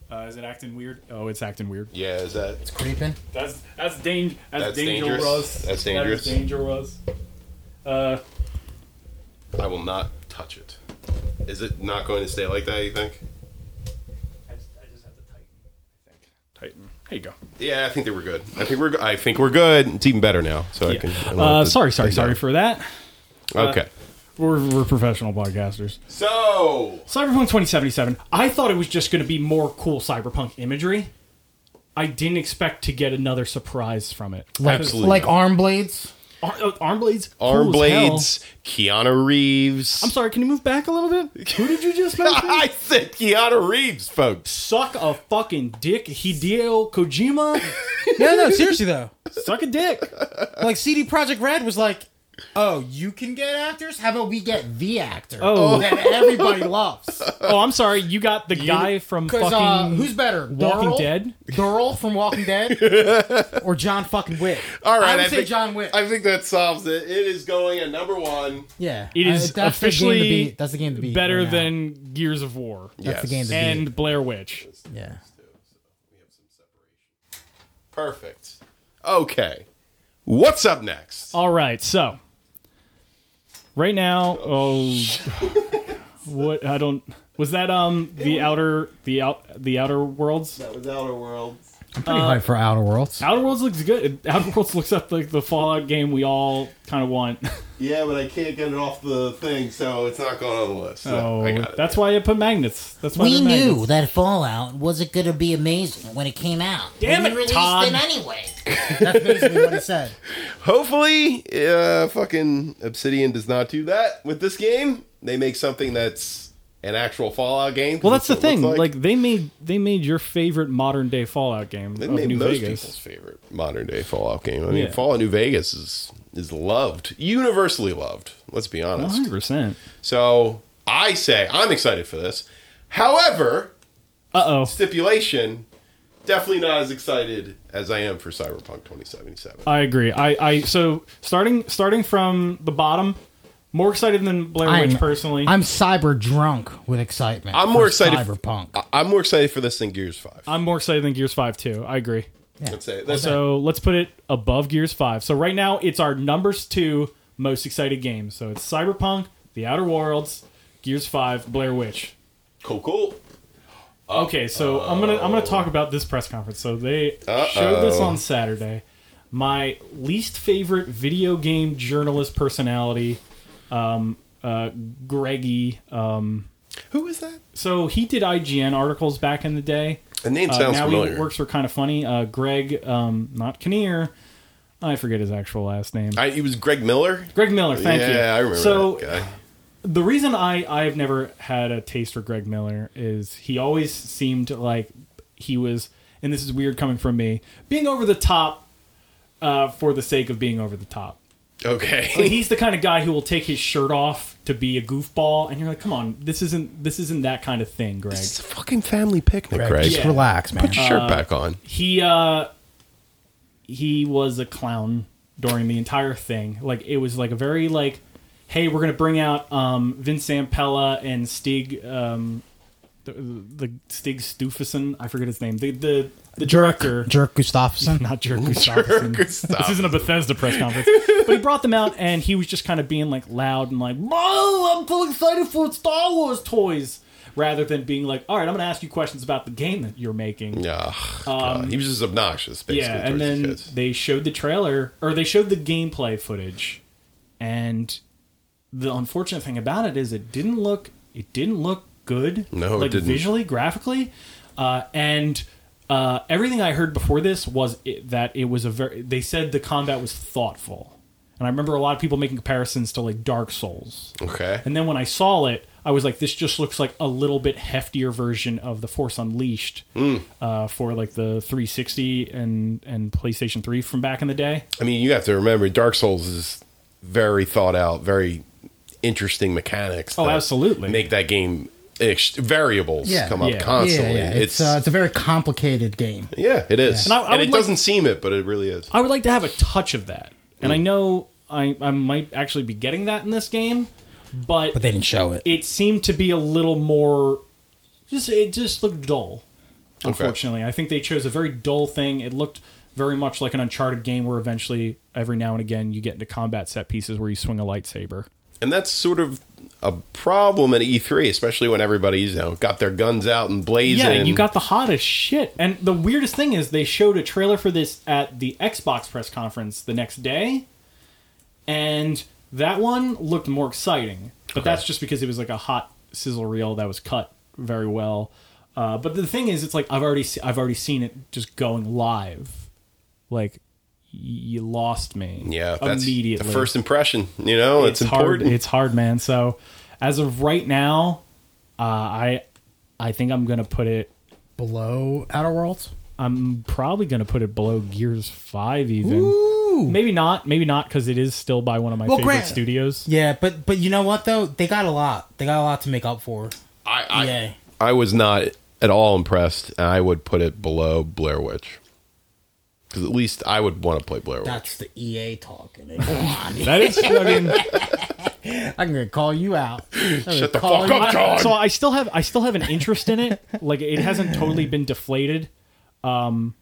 Uh, is it acting weird? Oh, it's acting weird.
yeah, is that?
creeping.
That's that's dang that's,
That's
dangerous.
dangerous. That's dangerous.
That is dangerous. Uh,
I will not touch it. Is it not going to stay like that? You think?
I just, I just have to tighten. I think tighten. There you go.
Yeah, I think they were good. I think we're. go- I think we're good. It's even better now, so I
Yeah.
can. I don't
Uh,
have to
sorry, sorry,
think
sorry uh,
about
for that.
it. okay.
We're, we're professional podcasters.
So
Cyberpunk 2077. I thought it was just going to be more cool cyberpunk imagery. I didn't expect to get another surprise from it.
Like,
Absolutely.
like arm blades.
Ar- uh, arm blades. cool
Arm
as
blades, Keanu Reeves.
hell. I'm sorry. Can you move back a little bit? Who did you just mention?
I said Keanu Reeves, folks.
Suck a fucking dick, Hideo Kojima.
No, no, seriously though.
Suck a dick.
Like CD Project Red was like, "Oh, you can get actors. How about we get the actor
Oh.
that everybody loves?
Oh, I'm sorry. You got the guy from
Because
fucking.
uh, who's better,
Walking
Daryl?
Dead?
Daryl from Walking Dead, or John fucking Wick?
All right,
I would say
think,
John Wick.
I think that solves it. It is going at number one.
yeah,
It
I-
is
that's the game to
officially
beat. that's the game to beat.
better
right now.
than Gears of War
that's the game
Yes.
to beat.
and Blair Witch.
yeah.
Perfect. Okay. What's up next?
All right, so right now, oh, what I don't was that um the outer the out the outer worlds.
That was Outer Worlds.
I'm
Uh,
pretty hyped for Outer Worlds.
Outer Worlds looks good. Outer Worlds looks up like the Fallout game we all kind of want.
Yeah, but I can't get it off the thing, so it's not going on the list.
So
I got it.
that's why I put magnets. That's why
We
they're
knew
magnets.
that Fallout wasn't going to be amazing when it came out.
Damn
we
it,
released
Todd.
it anyway.
That's basically what he said.
Hopefully, uh, fucking Obsidian does not do that with this game. They make something that's an actual Fallout game.
Well, that's the
what it
thing.
looks
Like. they made they made your favorite modern day Fallout game
They
of
made
New
most
Vegas.
people's favorite modern day Fallout game. I mean,
Yeah.
Fallout New Vegas is is loved, universally loved. Let's be honest.
100. percent
So I say I'm excited for this. However,
Uh oh.
stipulation, definitely not as excited as I am for Cyberpunk 2077.
I agree. I, I so starting starting from the bottom, more excited than Blair
I'm-
Witch personally.
I'm cyber drunk with excitement.
I'm more
for
excited-
Cyberpunk.
I- I'm more excited for this than Gears 5.
I'm more excited than Gears Five too. I agree.
Let's say that's
So let's put it above Gears Five. So right now it's our numbers two most excited games. So it's Cyberpunk, The Outer Worlds, Gears Five, Blair Witch.
cool, cool.
Okay, so I'm gonna I'm gonna talk about this press conference. So they showed this on Saturday. My least favorite video game journalist personality, um, uh, Greggy. Um,
Who is that?
so he did IGN articles back in the day.
The name
Uh,
sounds
now
familiar.
he works for kind of funny. Uh, Greg, um, not Kinnear. I forget his actual last name.
I, it was Greg Miller.
Greg Miller. Thank
yeah,
you.
I remember
So
that guy.
the reason I I've never had a taste for Greg Miller is he always seemed like he was, and this is weird coming from me, being over the top uh, for the sake of being over the top. I mean,
Okay.
he's the kind of guy who will take his shirt off to be a goofball, and you're like, come on, this isn't this isn't that kind of thing, Greg.
it's a fucking family picnic, Greg.
Just
Yeah.
relax, man.
Put your shirt back on.
he uh he was a clown during the entire thing like it was like a very like hey we're gonna bring out um vince Zampella and stig um the, the stig Stufeson, i forget his name the the, the director
Jerk Gustafsson.
not Jerk Gustafsson. This isn't a Bethesda press conference. but he brought them out and he was just kind of being like loud and like, Whoa, I'm so excited for Star Wars toys. Rather than being like, all right, I'm going to ask you questions about the game that you're making.
Yeah. God. he was just obnoxious,
um,
basically.
Yeah, and
towards the
then
kids.
they showed the trailer or they showed the gameplay footage, and the unfortunate thing about it is it didn't look it didn't look good.
No, it
like
didn't.
visually, graphically, uh, and uh, everything I heard before this was it, that it was a very. They said the combat was thoughtful, and I remember a lot of people making comparisons to like Dark Souls.
okay.
And then when I saw it, I was like, this just looks like a little bit heftier version of the Force Unleashed uh, for like the 360 and and PlayStation 3 from back in the day.
I mean, you have to remember Dark Souls is very thought out, very interesting mechanics.
Oh,
that
absolutely.
Make that game ex- variables
Yeah.
come up
Yeah.
constantly.
Yeah, yeah.
It's,
It's, uh, it's a very complicated game.
yeah, it is.
And
And,
I- I would
it
like-
doesn't seem it, but it really is.
I would like to have a touch of that, and I know I I might actually be getting that in this game, but
But they didn't show it.
it seemed to be a little more just it just looked dull unfortunately i think they chose a very dull thing it looked very much like an uncharted game where eventually every now and again you get into combat set pieces where you swing a lightsaber
And that's sort of a problem at E3, especially when everybody's you know got their guns out and blazing.
yeah you got the hottest shit and the weirdest thing is they showed a trailer for this at the xbox press conference the next day and that one looked more exciting but that's just because it was like a hot sizzle reel that was cut very well uh, but the thing is it's like i've already se- i've already seen it just going live like you lost me.
Yeah, that's
immediately.
the first impression. You know, it's,
hard.
important.
It's hard, man. So, as of right now, uh, I I think I'm gonna put it.
Below Outer Worlds.
I'm probably gonna put it below Gears Five, even.
Ooh.
Maybe not. Maybe not because it is still by one of my
Well,
favorite
granted-
studios.
Yeah, but but you know what though? They got a lot. They got a lot to make up for. E
I, I,
EA.
I was not at all impressed, and I would put it below Blair Witch. Because at least I would want to play Blair Witch.
That's the E EA talking. Come on.
That is. I mean,
I'm gonna call you out. I'm gonna
Shut the
call
fuck
you-
up, John.
so I still have I still have an interest in it. Like it hasn't totally been deflated. Um,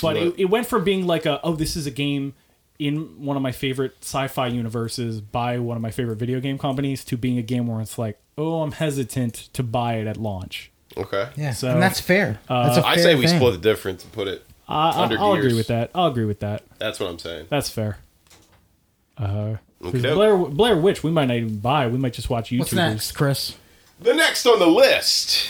but it, it went from being like a oh this is a game in one of my favorite sci-fi universes by one of my favorite video game companies to being a game where it's like oh I'm hesitant to buy it at launch.
okay.
Yeah,
So,
and that's fair. that's a fair
I say we
thing.
split the difference and put it
I, I,
under
I'll
Gears.
agree with that. I'll agree with that.
That's what I'm saying.
That's fair. Uh, 'cause
Okey-doke.
Blair Blair Witch we might not even buy. We might just watch YouTubers.
What's next, Chris?
The next on the list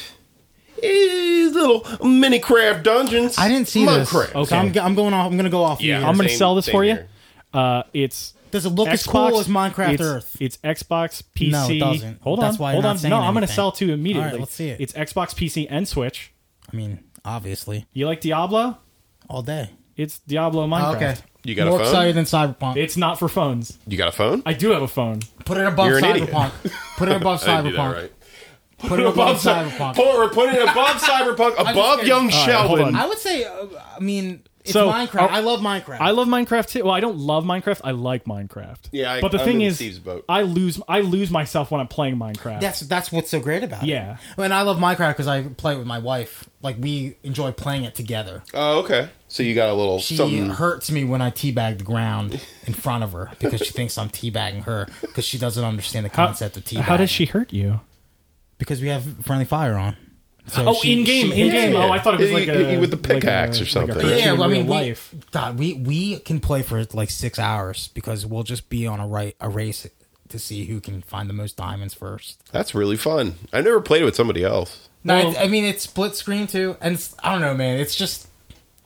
is little Minecraft Dungeons.
I didn't see this. Oh.
Minecraft.
Okay, so I'm, go- I'm going off. I'm gonna go off.
Yeah,
you.
I'm gonna
Same-
sell this
same
for
here.
you. Uh, it's
Does it look as
Xbox,
cool as Minecraft
it's,
Earth?
It's Xbox, PC.
No, it doesn't.
Hold on.
That's why you're
hold
not
on.
saying
no, I'm going to
anything.
sell to you immediately.
All right, let's see it.
It's Xbox, PC, and Switch.
I mean, obviously,
You like Diablo?
all day.
It's Diablo Minecraft.
You got a
more
phone?
excited than Cyberpunk.
It's not for phones.
You got a phone?
I do have a phone.
Put it above
You're an idiot.
Cyberpunk. Put it above
I didn't do that
Cyberpunk.
right.
Put it above Cyberpunk.
Put, we're putting it above Cyberpunk, above
kidding.
Young
hold
Sheldon.
on.
I would say. Uh, I mean, it's
So,
Minecraft.
I-
oh, I love Minecraft.
I love Minecraft too. Well, I don't love Minecraft. I like Minecraft.
Yeah, I-
but the
I'm
thing
in
is,
Steve's boat.
I lose. I lose myself when I'm playing Minecraft.
that's that's what's so great about it.
Yeah.
and I love Minecraft because I play it with my wife. Like we enjoy playing it together.
oh, okay. So you got a little
She
something.
hurts me when I teabag the ground in front of her because she thinks I'm teabagging her because she doesn't understand the concept of teabagging.
How does she hurt you?
Because we have friendly fire on. So
Oh,
she-
in game,
she
in
hits
game.
me.
Oh, I thought it was
Yeah,
like
you-
a
you with the
like a-
pickaxe or
like a
something.
hurt
Yeah,
in
well, I
real
mean, we,
life.
God, we we can play for like six hours because we'll just be on a right a race to see who can find the most diamonds first.
That's really fun. I never played it with somebody else.
No,
Well-
it's- I mean it's split screen too, and it's, I don't know, man. It's just,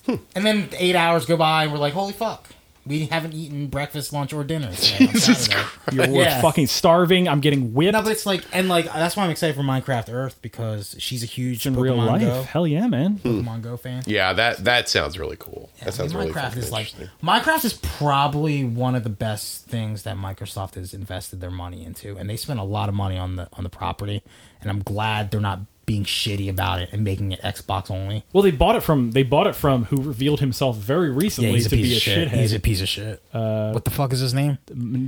and then eight hours go by, and we're like, holy fuck, we haven't eaten breakfast, lunch, or dinner. Today on Saturday.
We're
Yeah.
fucking starving. I'm getting whipped.
No, but it's like, and like that's why I'm excited for Minecraft Earth because she's a huge
in
Pokemon
real life.
Go,
Hell yeah, man.
Pokemon Go fan.
Yeah, that that sounds really cool. that
I mean,
sounds really
Minecraft
fucking
is like
interesting.
Minecraft is probably one of the best things that Microsoft has invested their money into, and they spent a lot of money on the on the property. And I'm glad they're not being shitty about it and making it Xbox only.
Well, they bought it from they bought it from who revealed himself very recently to be a shithead. Uh,
He's a piece of shit. what the fuck is his name?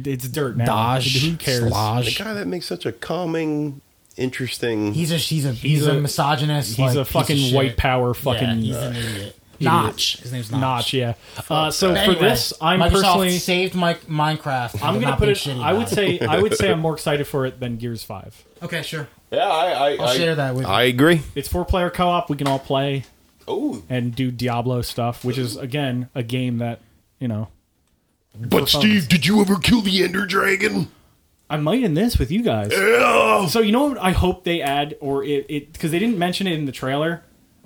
it's dirt now.
Dodge.
Who cares?
the
Slaj.
guy that makes such a calming, interesting.
He's a he's a he's,
a-
a, misogynist.
He's
like,
a
piece of
fucking
shit.
white power
Yeah,
fucking
he's
uh,
an idiot. Notch. His name's Notch.
notch. Yeah. Uh, so
But
for
anyway,
this, I'm
Microsoft
personally
saved my Minecraft. by
I'm gonna
not
put
being
it.
shitty
I
about
would
it.
say I would say I'm more excited for it than Gears Five.
okay, sure.
yeah, I, I,
I'll share that with you.
I agree.
It's four player co op. We can all play
Oh,
and do Diablo stuff, which is again a game that you know
but Steve, did you ever kill the Ender Dragon?
I might in this with you guys.
Oh,
So you know what I hope they add or it it because they didn't mention it in the trailer.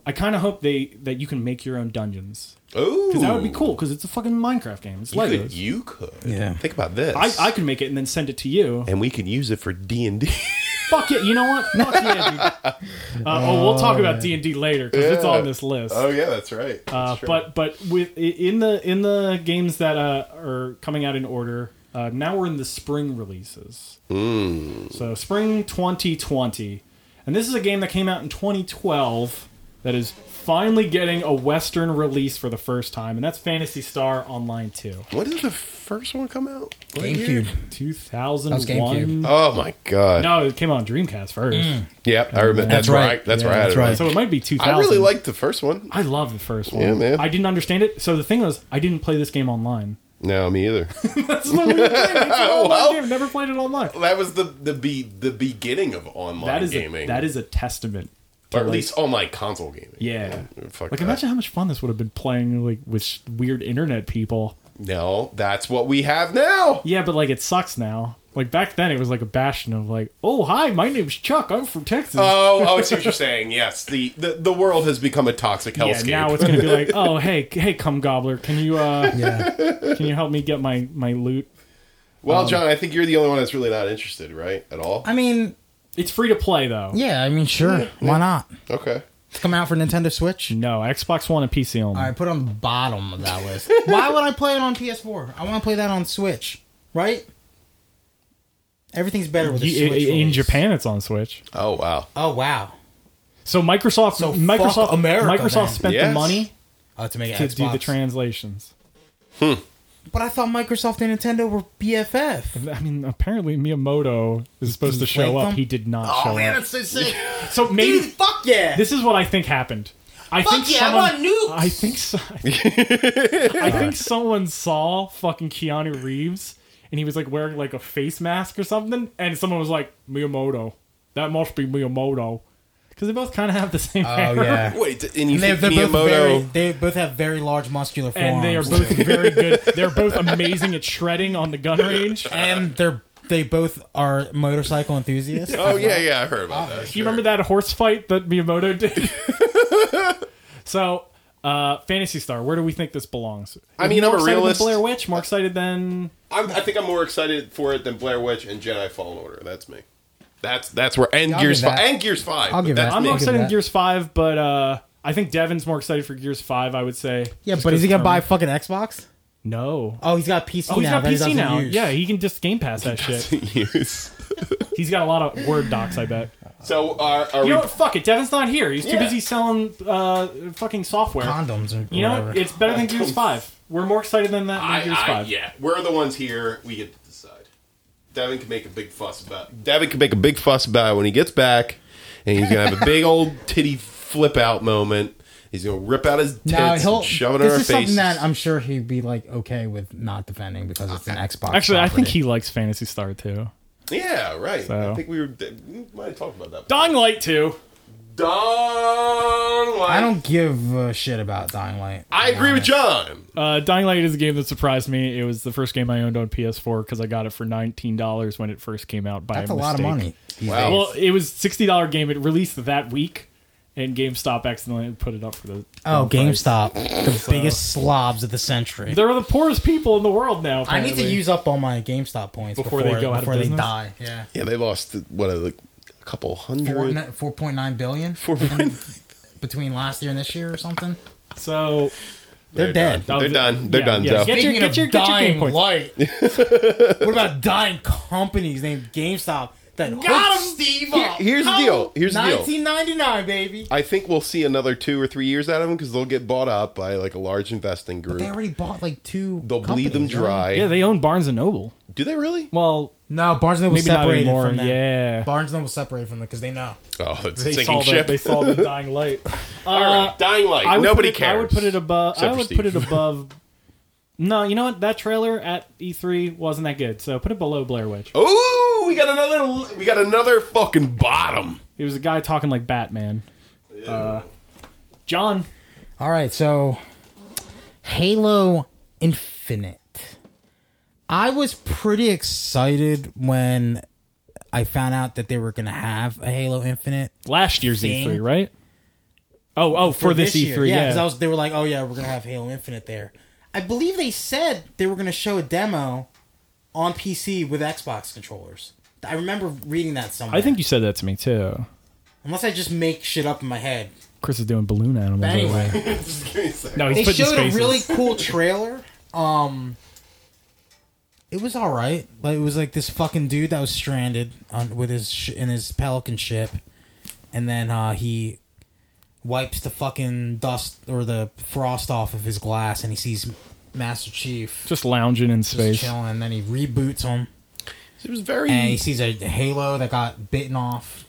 I kind of hope they that you can make your own dungeons. That would be cool because it's a fucking Minecraft game. It's
You could,
Legos.
you could.
Yeah.
Think about this.
I, I could make it and then send it to you.
and we could use it for D and D.
Fuck it. You know what? Fuck yeah, dude. Uh, oh, we'll talk about D and D later because it's
Yeah.
on this list.
Oh, yeah, that's right.
Uh, but but with i- in the in the games that uh, are coming out in order, uh, now we're in the spring releases.
Hmm.
So spring 2020, and this is a game that came out in 2012 that is finally getting a Western release for the first time, and that's Fantasy Star Online 2,
when did the first one come out? What year?
GameCube. That was
2001.
GameCube.
Oh my god.
No, it came out on Dreamcast first,
Yep, I remember.
That's
That's, right.
right.
That's
Yeah,
right.
that's right.
so it might be 2000.
I really liked the first one.
I love the first one.
Yeah, man.
I didn't understand it. So the thing was, I didn't play this game online.
No, me either.
That's the weird thing. It's an online
Well-
game. Never played it online.
that was the the be the beginning of online
that is
gaming.
A, that is a testament.
or at
like-
least online console gaming.
Yeah.
Fuck
Like
that.
imagine how much fun this would have been playing like with sh- weird internet people.
No, that's what we have now.
Yeah, but like it sucks now. Like back then, it was like a bastion of like, "Oh, hi, my name's Chuck. I'm from Texas."
Oh, oh, I see what you're saying. Yes, the, the the world has become a toxic
yeah,
hellscape.
now it's gonna be like, "Oh, hey, hey, come gobbler, can you uh,
Yeah.
can you help me get my my loot?"
well, John, I think you're the only one that's really not interested, right? At all?
um, I mean,
It's free to play though.
yeah, I mean, sure. Why not?
okay.
It's come out for Nintendo Switch.
No, Xbox One and PC only.
All right, put it on the bottom of that list. Why would I play it on PS4? I want to play that on Switch, right? Everything's better with the
You-
Switch.
in
release.
Japan, it's on Switch.
Oh wow.
Oh wow!
So Microsoft,
So fuck
Microsoft,
America,
Microsoft
then.
spent
Yes.
the money
Oh, to make it
to
Xbox.
do the translations.
but I thought Microsoft and Nintendo were BFF.
I mean, apparently Miyamoto is supposed
he
to show
play
up.
them?
He did not show
Oh man,
up.
that's so sick.
So
Dude,
maybe
fuck yeah!
this is what I think happened. I
Fuck
think
yeah, I
someone,
want nukes!
I think so, I think someone saw fucking Keanu Reeves and he was like wearing like a face mask or something, and someone was like Miyamoto. That must be Miyamoto because they both kind of have the same.
oh
hair.
yeah.
Wait, and you
And they,
think
they're both very,
Miyamoto?
they both have very large muscular forearms,
and they are both very good. They're both amazing at shredding on the gun range. Do
and they're they both are motorcycle enthusiasts.
Oh yeah, yeah, I heard about that.
you remember that horse fight that Miyamoto did? so, uh, Fantasy Star, where do we think this belongs?
I mean,
more
I'm a
excited than
realist.
Blair Witch, more excited than
I'm, I think I'm more excited for it than Blair Witch and Jedi Fallen Order. That's me. That's that's where and
I'll
Gears
give
Five
that.
and Gears Five.
I'll
but
give
that's
that.
I'm more
I'll
me.
give
excited than
that.
Gears Five, but uh, I think Devin's more excited for Gears Five. I would say.
yeah,
Just
but is he
'cause
gonna buy a
from-
fucking Xbox?
No.
Oh, he's got PC
Oh, he's
now.
got
that he
PC
doesn't
now.
use.
Yeah, he can just Game Pass that shit.
Yes.
He's got a lot of Word docs, I bet.
So are, are
You
we?
know what? Fuck it. Devin's not here. He's too
Yeah.
busy selling uh, fucking software.
condoms. Or
You know,
whatever.
it's better than Gears Five. We're more excited than that than
I,
Gears
I,
Five.
yeah, we're the ones here. We get to decide. Devin can make a big fuss about. Devin can make a big fuss about it when he gets back, and he's gonna have a big old titty flip out moment. He's gonna rip out his tits,
No, he'll
and shove it in
This
our
is something
faces.
that I'm sure he'd be like okay with not defending because it's an Xbox.
Actually, I think
property.
he likes Fantasy Star too.
yeah, right. I
So.
think we were we might have talked about that.
Dying Light too.
Dong.
I don't give a shit about Dying Light.
I agree with John.
Uh, Dying Light is a game that surprised me. It was the first game I owned on PS4 because I got it for nineteen dollars when it first came out. By
That's a
a
lot of
mistake.
money. these
Wow.
days.
Well, it was sixty dollar game. It released that week, and GameStop accidentally put it up for the.
oh,
wrong price.
GameStop, the biggest slobs of the century.
They're the poorest people in the world now.
I need to
apparently.
use up all my GameStop points
Before
before,
they go out of
before they
business?
die. Yeah,
Yeah, they lost what a, like, a couple
four
hundred.
ni- four point nine billion
Four point-
between last year and this year or something.
So um,
They're, dead.
Done. They're done. They're
Yeah,
done.
yeah.
Joe.
Get your-
Speaking
get
of
your- get your game
dying
points.
light, what about dying companies named GameStop that got Steve up?
Here- here's the deal. Here's the deal.
1999, baby.
I think we'll see another two or three years out of them because they'll get bought up by like a large investing group.
They already bought like two.
They'll bleed them
companies, right?
dry.
yeah, they own Barnes and Noble.
Do they really?
Well,
No, Barnes and Noble was
maybe not
separated
anymore.
from them.
Yeah.
Barnes and Noble was separated from them because they know.
Oh, it's
they
a
saw
sinking ship.
The, they saw the dying light.
All right, Dying Light.
would
Nobody
put it,
cares.
I would put it above.
Except
I
for
would
Steve.
put it above. No, you know what? That trailer at E3 wasn't that good, so put it below Blair Witch.
Ooh, we got another. We got another fucking bottom.
It was a guy talking like Batman. Uh, John,
All right, so Halo Infinite. I was pretty excited when I found out that they were going to have a Halo Infinite
last year's
Thing.
E3, right? Oh, oh, for, this,
year.
E3, yeah.
because I was they were like, "Oh yeah, we're going to have Halo Infinite there." I believe they said they were going to show a demo on PC with Xbox controllers. I remember reading that somewhere.
I think you said that to me too.
unless I just make shit up in my head.
Chris is doing balloon animals.
But
over there.
anyway,
Just give me a second.
no, he's
they
putting
showed a
spaces.
really cool trailer. Um, it was all right. Like it was like this fucking dude that was stranded on with his sh- in his pelican ship, and then uh, he wipes the fucking dust or the frost off of his glass, and he sees Master Chief
just lounging in
just
space.
chilling, and then he reboots him,
It was very.
and he sees a halo that got bitten off.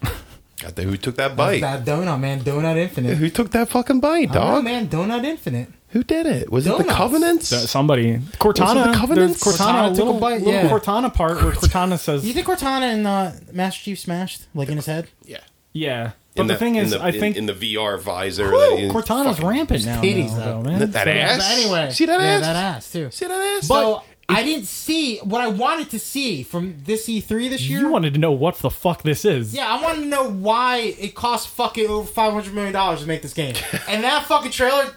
God, who took that bite?
That donut man, donut infinite.
Who took that fucking bite,
Oh
dog?
man, donut infinite.
Who did it? Was it the
Donuts.
Covenants?
Uh, Somebody, Cortana,
the
there's
Covenants?
Cortana,
Cortana took a
little,
bite,
little
yeah.
Cortana part where Cortana says,
You think Cortana and uh, Master Chief smashed like in his head?
yeah.
"Yeah." But the, thing is, I think
in, the VR visor.
Whew,
that he-
Cortana's
fucking-
rampant now,
titties
though,
up.
man.
That
So-
ass.
But anyway,
See that
yeah,
ass?
that ass too.
See that ass?
But-
Like,
I didn't see what I wanted to see from this E3 this year.
You wanted to know what the fuck this is.
yeah, I wanted to know why it cost fucking over five hundred million dollars to make this game, and that fucking trailer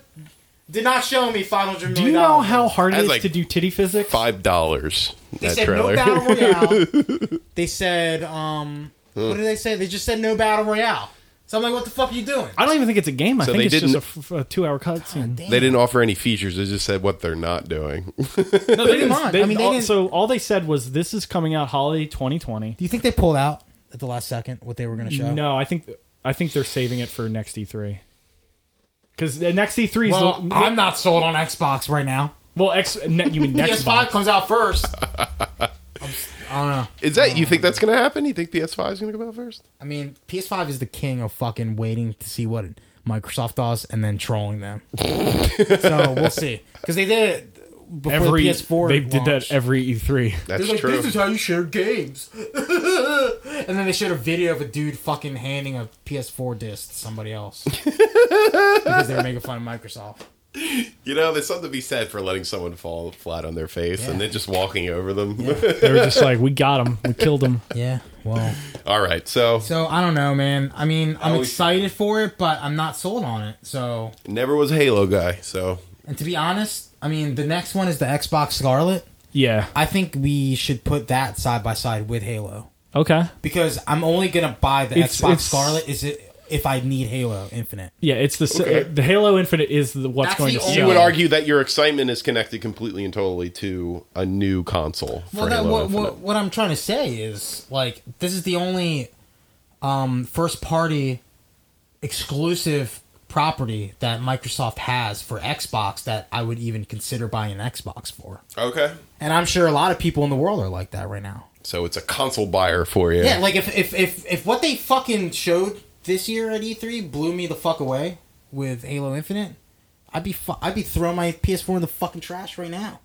did not show me five hundred
Do
million.
you know how hard it
That's
is
like
to do titty physics?
Five dollars.
they
That
said
trailer.
no battle royale? they said um, what did they say? They just said no battle royale. So I'm like, what the fuck are you doing?
I don't even think it's a game. I
So
think
they
it's just a,
didn't-
f- a two-hour cutscene.
they didn't offer any features. They just said what they're not doing.
No, they
Come on.
They,
I mean, they
all,
didn't-
so all they said was this is coming out holiday 2020.
Do you think they pulled out at the last second what they were going to show?
No, I think I think they're saving it for next E E3. Because next E3 is
Well,
the,
I'm not sold on Xbox right now.
well, X, ne, you mean next
PS5
box.
comes out first. I'm, s- I don't know.
Is that you think that's going to happen? You think PS5 is going to come out first?
I mean, PS5 is the king of fucking waiting to see what Microsoft does and then trolling them. so we'll see. Because they did it before
Every
the PS4.
they did
launched.
that every E E3.
That's
They're like,
true.
this is how you share games. and then they showed a video of a dude fucking handing a PS4 disc to somebody else. because they were making fun of Microsoft.
you know, there's something to be said for letting someone fall flat on their face
Yeah.
and then just walking over them.
They were just like, we got him, we killed him.
Yeah, well.
All right, so,
So I don't know, man. I mean, I'm
Always-
excited for it, but I'm not sold on it. So,
never was a Halo guy. So
and to be honest, I mean, the next one is the Xbox Scarlet.
Yeah.
I think we should put that side by side with Halo
Okay.
because I'm only gonna buy the
It's-
Xbox
it's-
Scarlet is it if I need Halo Infinite.
Yeah, it's the s
Okay.
the Halo Infinite is the, what's
That's
going
the
to
only-
sell.
you would argue that your excitement is connected completely and totally to a new console. For
Well, that,
Halo
what,
Infinite.
what what I'm trying to say is like this is the only um, first party exclusive property that Microsoft has for Xbox that I would even consider buying an Xbox for.
Okay,
And I'm sure a lot of people in the world are like that right now.
so it's a console buyer for you.
Yeah, like if if if, if what they fucking showed this year at E3 blew me the fuck away with Halo Infinite, I'd be fu- I'd be throwing my PS4 in the fucking trash right now.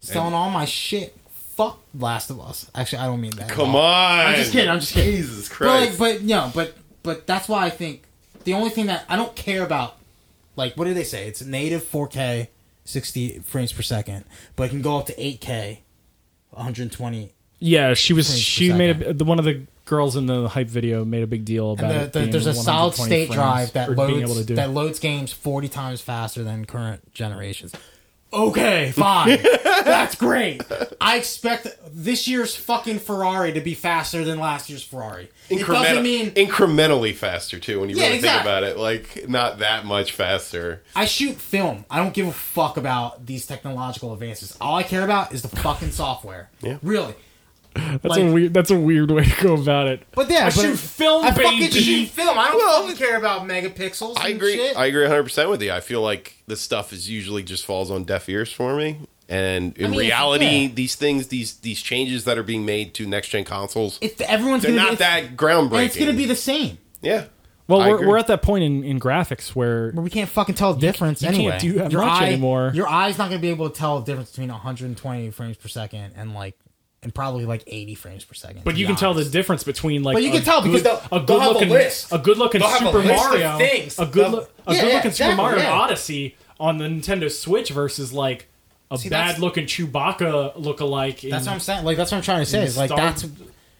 Selling all my shit. Fuck Last of Us. Actually, I don't mean that. at
Come
all.
on.
I'm just kidding. I'm just kidding.
Jesus
But like,
Christ.
but you know, but but that's why I think the only thing that I don't care about, like, what do they say? It's native 4K, 60 frames per second, but it can go up to 8K, 120.
Yeah, she was.
frames per
She made a, the one of the girls in the hype video made a big deal about
And
it.
the, the,
being
there's a solid
120
state
frames,
drive that
or
loads
being able to do.
that loads games 40 times faster than current generations. Okay, fine. That's great. I expect this year's fucking Ferrari to be faster than last year's Ferrari. It doesn't
Incremental-
mean
incrementally faster too. When you
Yeah,
really think
exactly.
about it, like not that much faster.
I shoot film. I don't give a fuck about these technological advances. All I care about is the fucking software.
Yeah.
Really.
that's a
like-
weird. That's a weird way to go about it.
But yeah,
I
but
shoot film,
I fucking
baby.
shoot film. I don't
Well,
fucking care about megapixels.
I
and
agree.
Shit.
I agree 100 percent with you. I feel like this stuff is usually just falls on deaf ears for me. And in
mean,
reality,
yeah.
these things, these these changes that are being made to next gen consoles,
If everyone's
they're
gonna
not
it's-
that groundbreaking.
and it's gonna be the same.
yeah.
Well,
I
we're,
agree.
we're at that point in, in graphics where
But we can't fucking tell the difference
you can't
anyway.
do that much anymore.
Your eye's not gonna be able to tell the difference between 120 frames per second and like and probably like 80 frames per second.
But
to
you
be
can tell the
honest.
difference between like
But you
a
can tell because
good,
they'll-
a
they'll
good
have a
looking
list.
a good looking
They'll have a
Super
list of
Mario
things.
a good
They'll-
look a
Yeah,
good
yeah,
looking Super
exactly,
Mario
yeah.
Odyssey on the Nintendo Switch versus like a
that's-
bad looking Chewbacca lookalike. In,
That's what I'm saying. Like that's what I'm trying to say.
the
Is like
star-
that's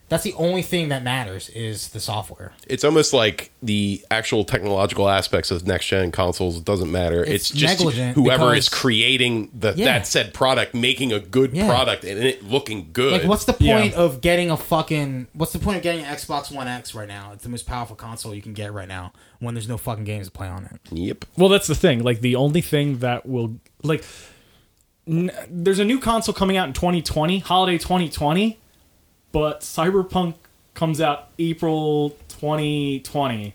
that's the only thing that matters is the software.
It's almost like the actual technological aspects of next gen consoles doesn't matter. It's,
It's
just
negligent
whoever is
because-
creating the,
Yeah.
that said product, making a good
Yeah.
product and it looking good.
Like, what's the
Yeah.
point of getting a fucking? What's the point of getting an Xbox One X right now? It's the most powerful console you can get right now when there's no fucking games to play on it.
yep.
Well, that's the thing. Like the only thing that will like n- there's a new console coming out in 2020, holiday 2020, but Cyberpunk comes out April 2020.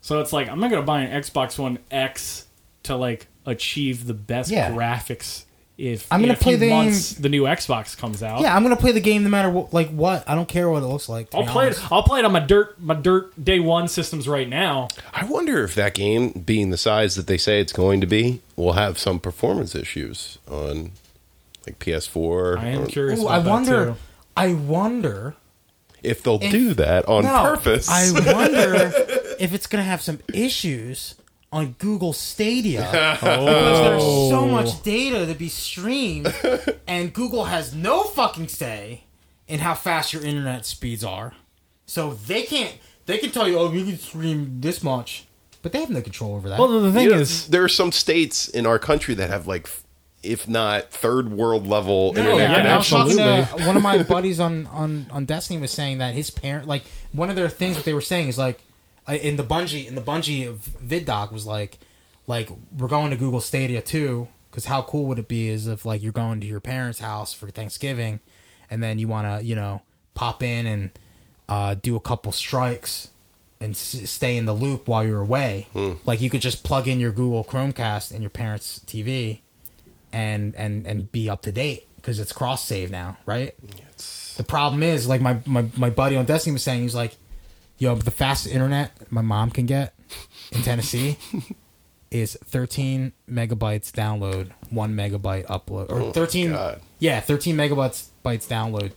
So it's like I'm not going to buy an Xbox One X to like achieve the best
Yeah.
graphics if
I'm gonna
in a
play
few
the game-
months the new Xbox comes out.
Yeah, I'm gonna play the game no matter what, like what. I don't care what it looks like. to
I'll
be
play
honest.
it. I'll play it on my dirt my dirt day one systems right now.
I wonder if that game, being the size that they say it's going to be, will have some performance issues on like PS4.
I am
or-
curious.
Ooh,
about
I
that,
wonder.
too.
I wonder.
If they'll do that on
No,
purpose.
I wonder if it's gonna have some issues on Google Stadia. because there's
Oh.
so much data to be streamed, and Google has no fucking say in how fast your internet speeds are. So they can't. They can tell you, oh, you can stream this much, but they have no control over that.
Well, the thing
You know,
is,
there are some states in our country that have like, f- if not third world level internet
yeah,
I was
connections.
talking to
absolutely.
one of my buddies on, on, on Destiny was saying that his parent, like, one of their things that they were saying is like, uh, in the bungee, in the bungee of vid doc was like, like we're going to Google Stadia too, because how cool would it be is if like you're going to your parents' house for Thanksgiving, and then you want to you know pop in and uh, do a couple strikes and s- stay in the loop while you're away. Like you could just plug in your Google Chromecast and your parents' TV and and and be up to date because it's cross save now, right? The problem is, like my, my my buddy on Destiny was saying, he's like, "Yo, the fastest internet my mom can get in Tennessee is 13 megabytes download, one megabyte upload, or 13
Oh, God.
yeah, 13 megabytes bytes download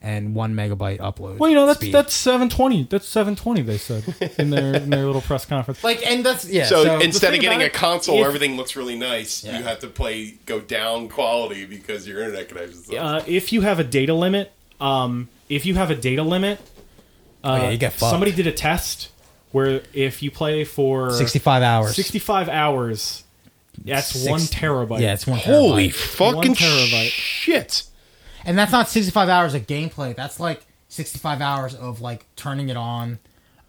and one megabyte upload."
well, you know, that's
speed.
that's 720. That's 720. They said in their in their little press conference.
like, and that's yeah.
So,
So,
instead
thing
of getting
about
a
it,
console where
if-
everything looks really nice, you have to play go down quality because your internet connection. sucks.
uh, if you have a data limit, um, if you have a data limit, uh,
Oh, yeah, you get fucked.
somebody did a test where if you play for
65 hours.
65 hours, that's
Six-
one terabyte.
yeah, it's one.
Holy
terabyte.
fucking
One terabyte.
shit!
And that's not 65 hours of gameplay. That's like 65 hours of like turning it on,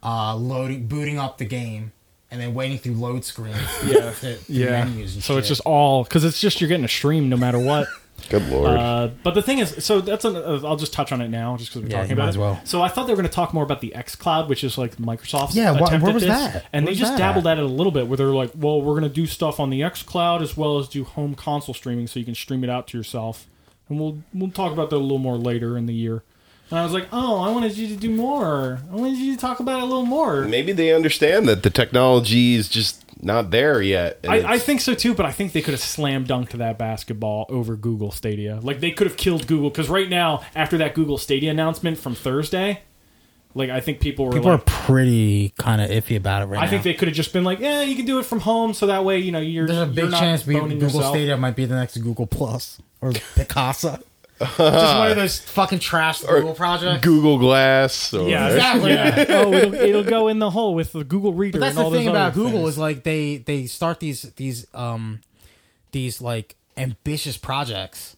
uh, loading, booting up the game, and then waiting through load screens. Yeah.
yeah. So it's just all because it's just you're getting a stream no matter what.
Good lord.
Uh, but the thing is, so that's an, uh, I'll just touch on it now, just because we're
Yeah,
talking
you
about
might as
it.
well.
So I thought they were going to talk more about the XCloud, which is like Microsoft's
Yeah, wha-
attempt
where
at
was
this,
that?
and
Where was
they just
that
dabbled
at?
at it a little bit, where they're like, "Well, we're going to do stuff on the XCloud as well as do home console streaming, so you can stream it out to yourself." And we'll we'll talk about that a little more later in the year. And I was like, "Oh, I wanted you to do more. I wanted you to talk about it a little more."
Maybe they understand that the technology is just not there yet. and
I, I
it's-
think so too, but I think they could have slam dunked that basketball over Google Stadia. Like they could have killed Google because right now, after that Google Stadia announcement from Thursday, like I think people were
people are
like,
pretty kind of iffy about it right
I
now.
think they could have just been like, yeah, you can do it from home, so that way you know you're
there's a
you're
big
not
chance we,
boning
Google
yourself.
Stadia might be the next Google Plus or Picasa. just one of those fucking trash Google projects.
Google Glass. Or,
Yeah,
Exactly.
yeah. oh, it'll, it'll go in the hole with the Google Reader.
But that's
and all
the thing
those other
about Google
things.
is like they they start these these um these like ambitious projects,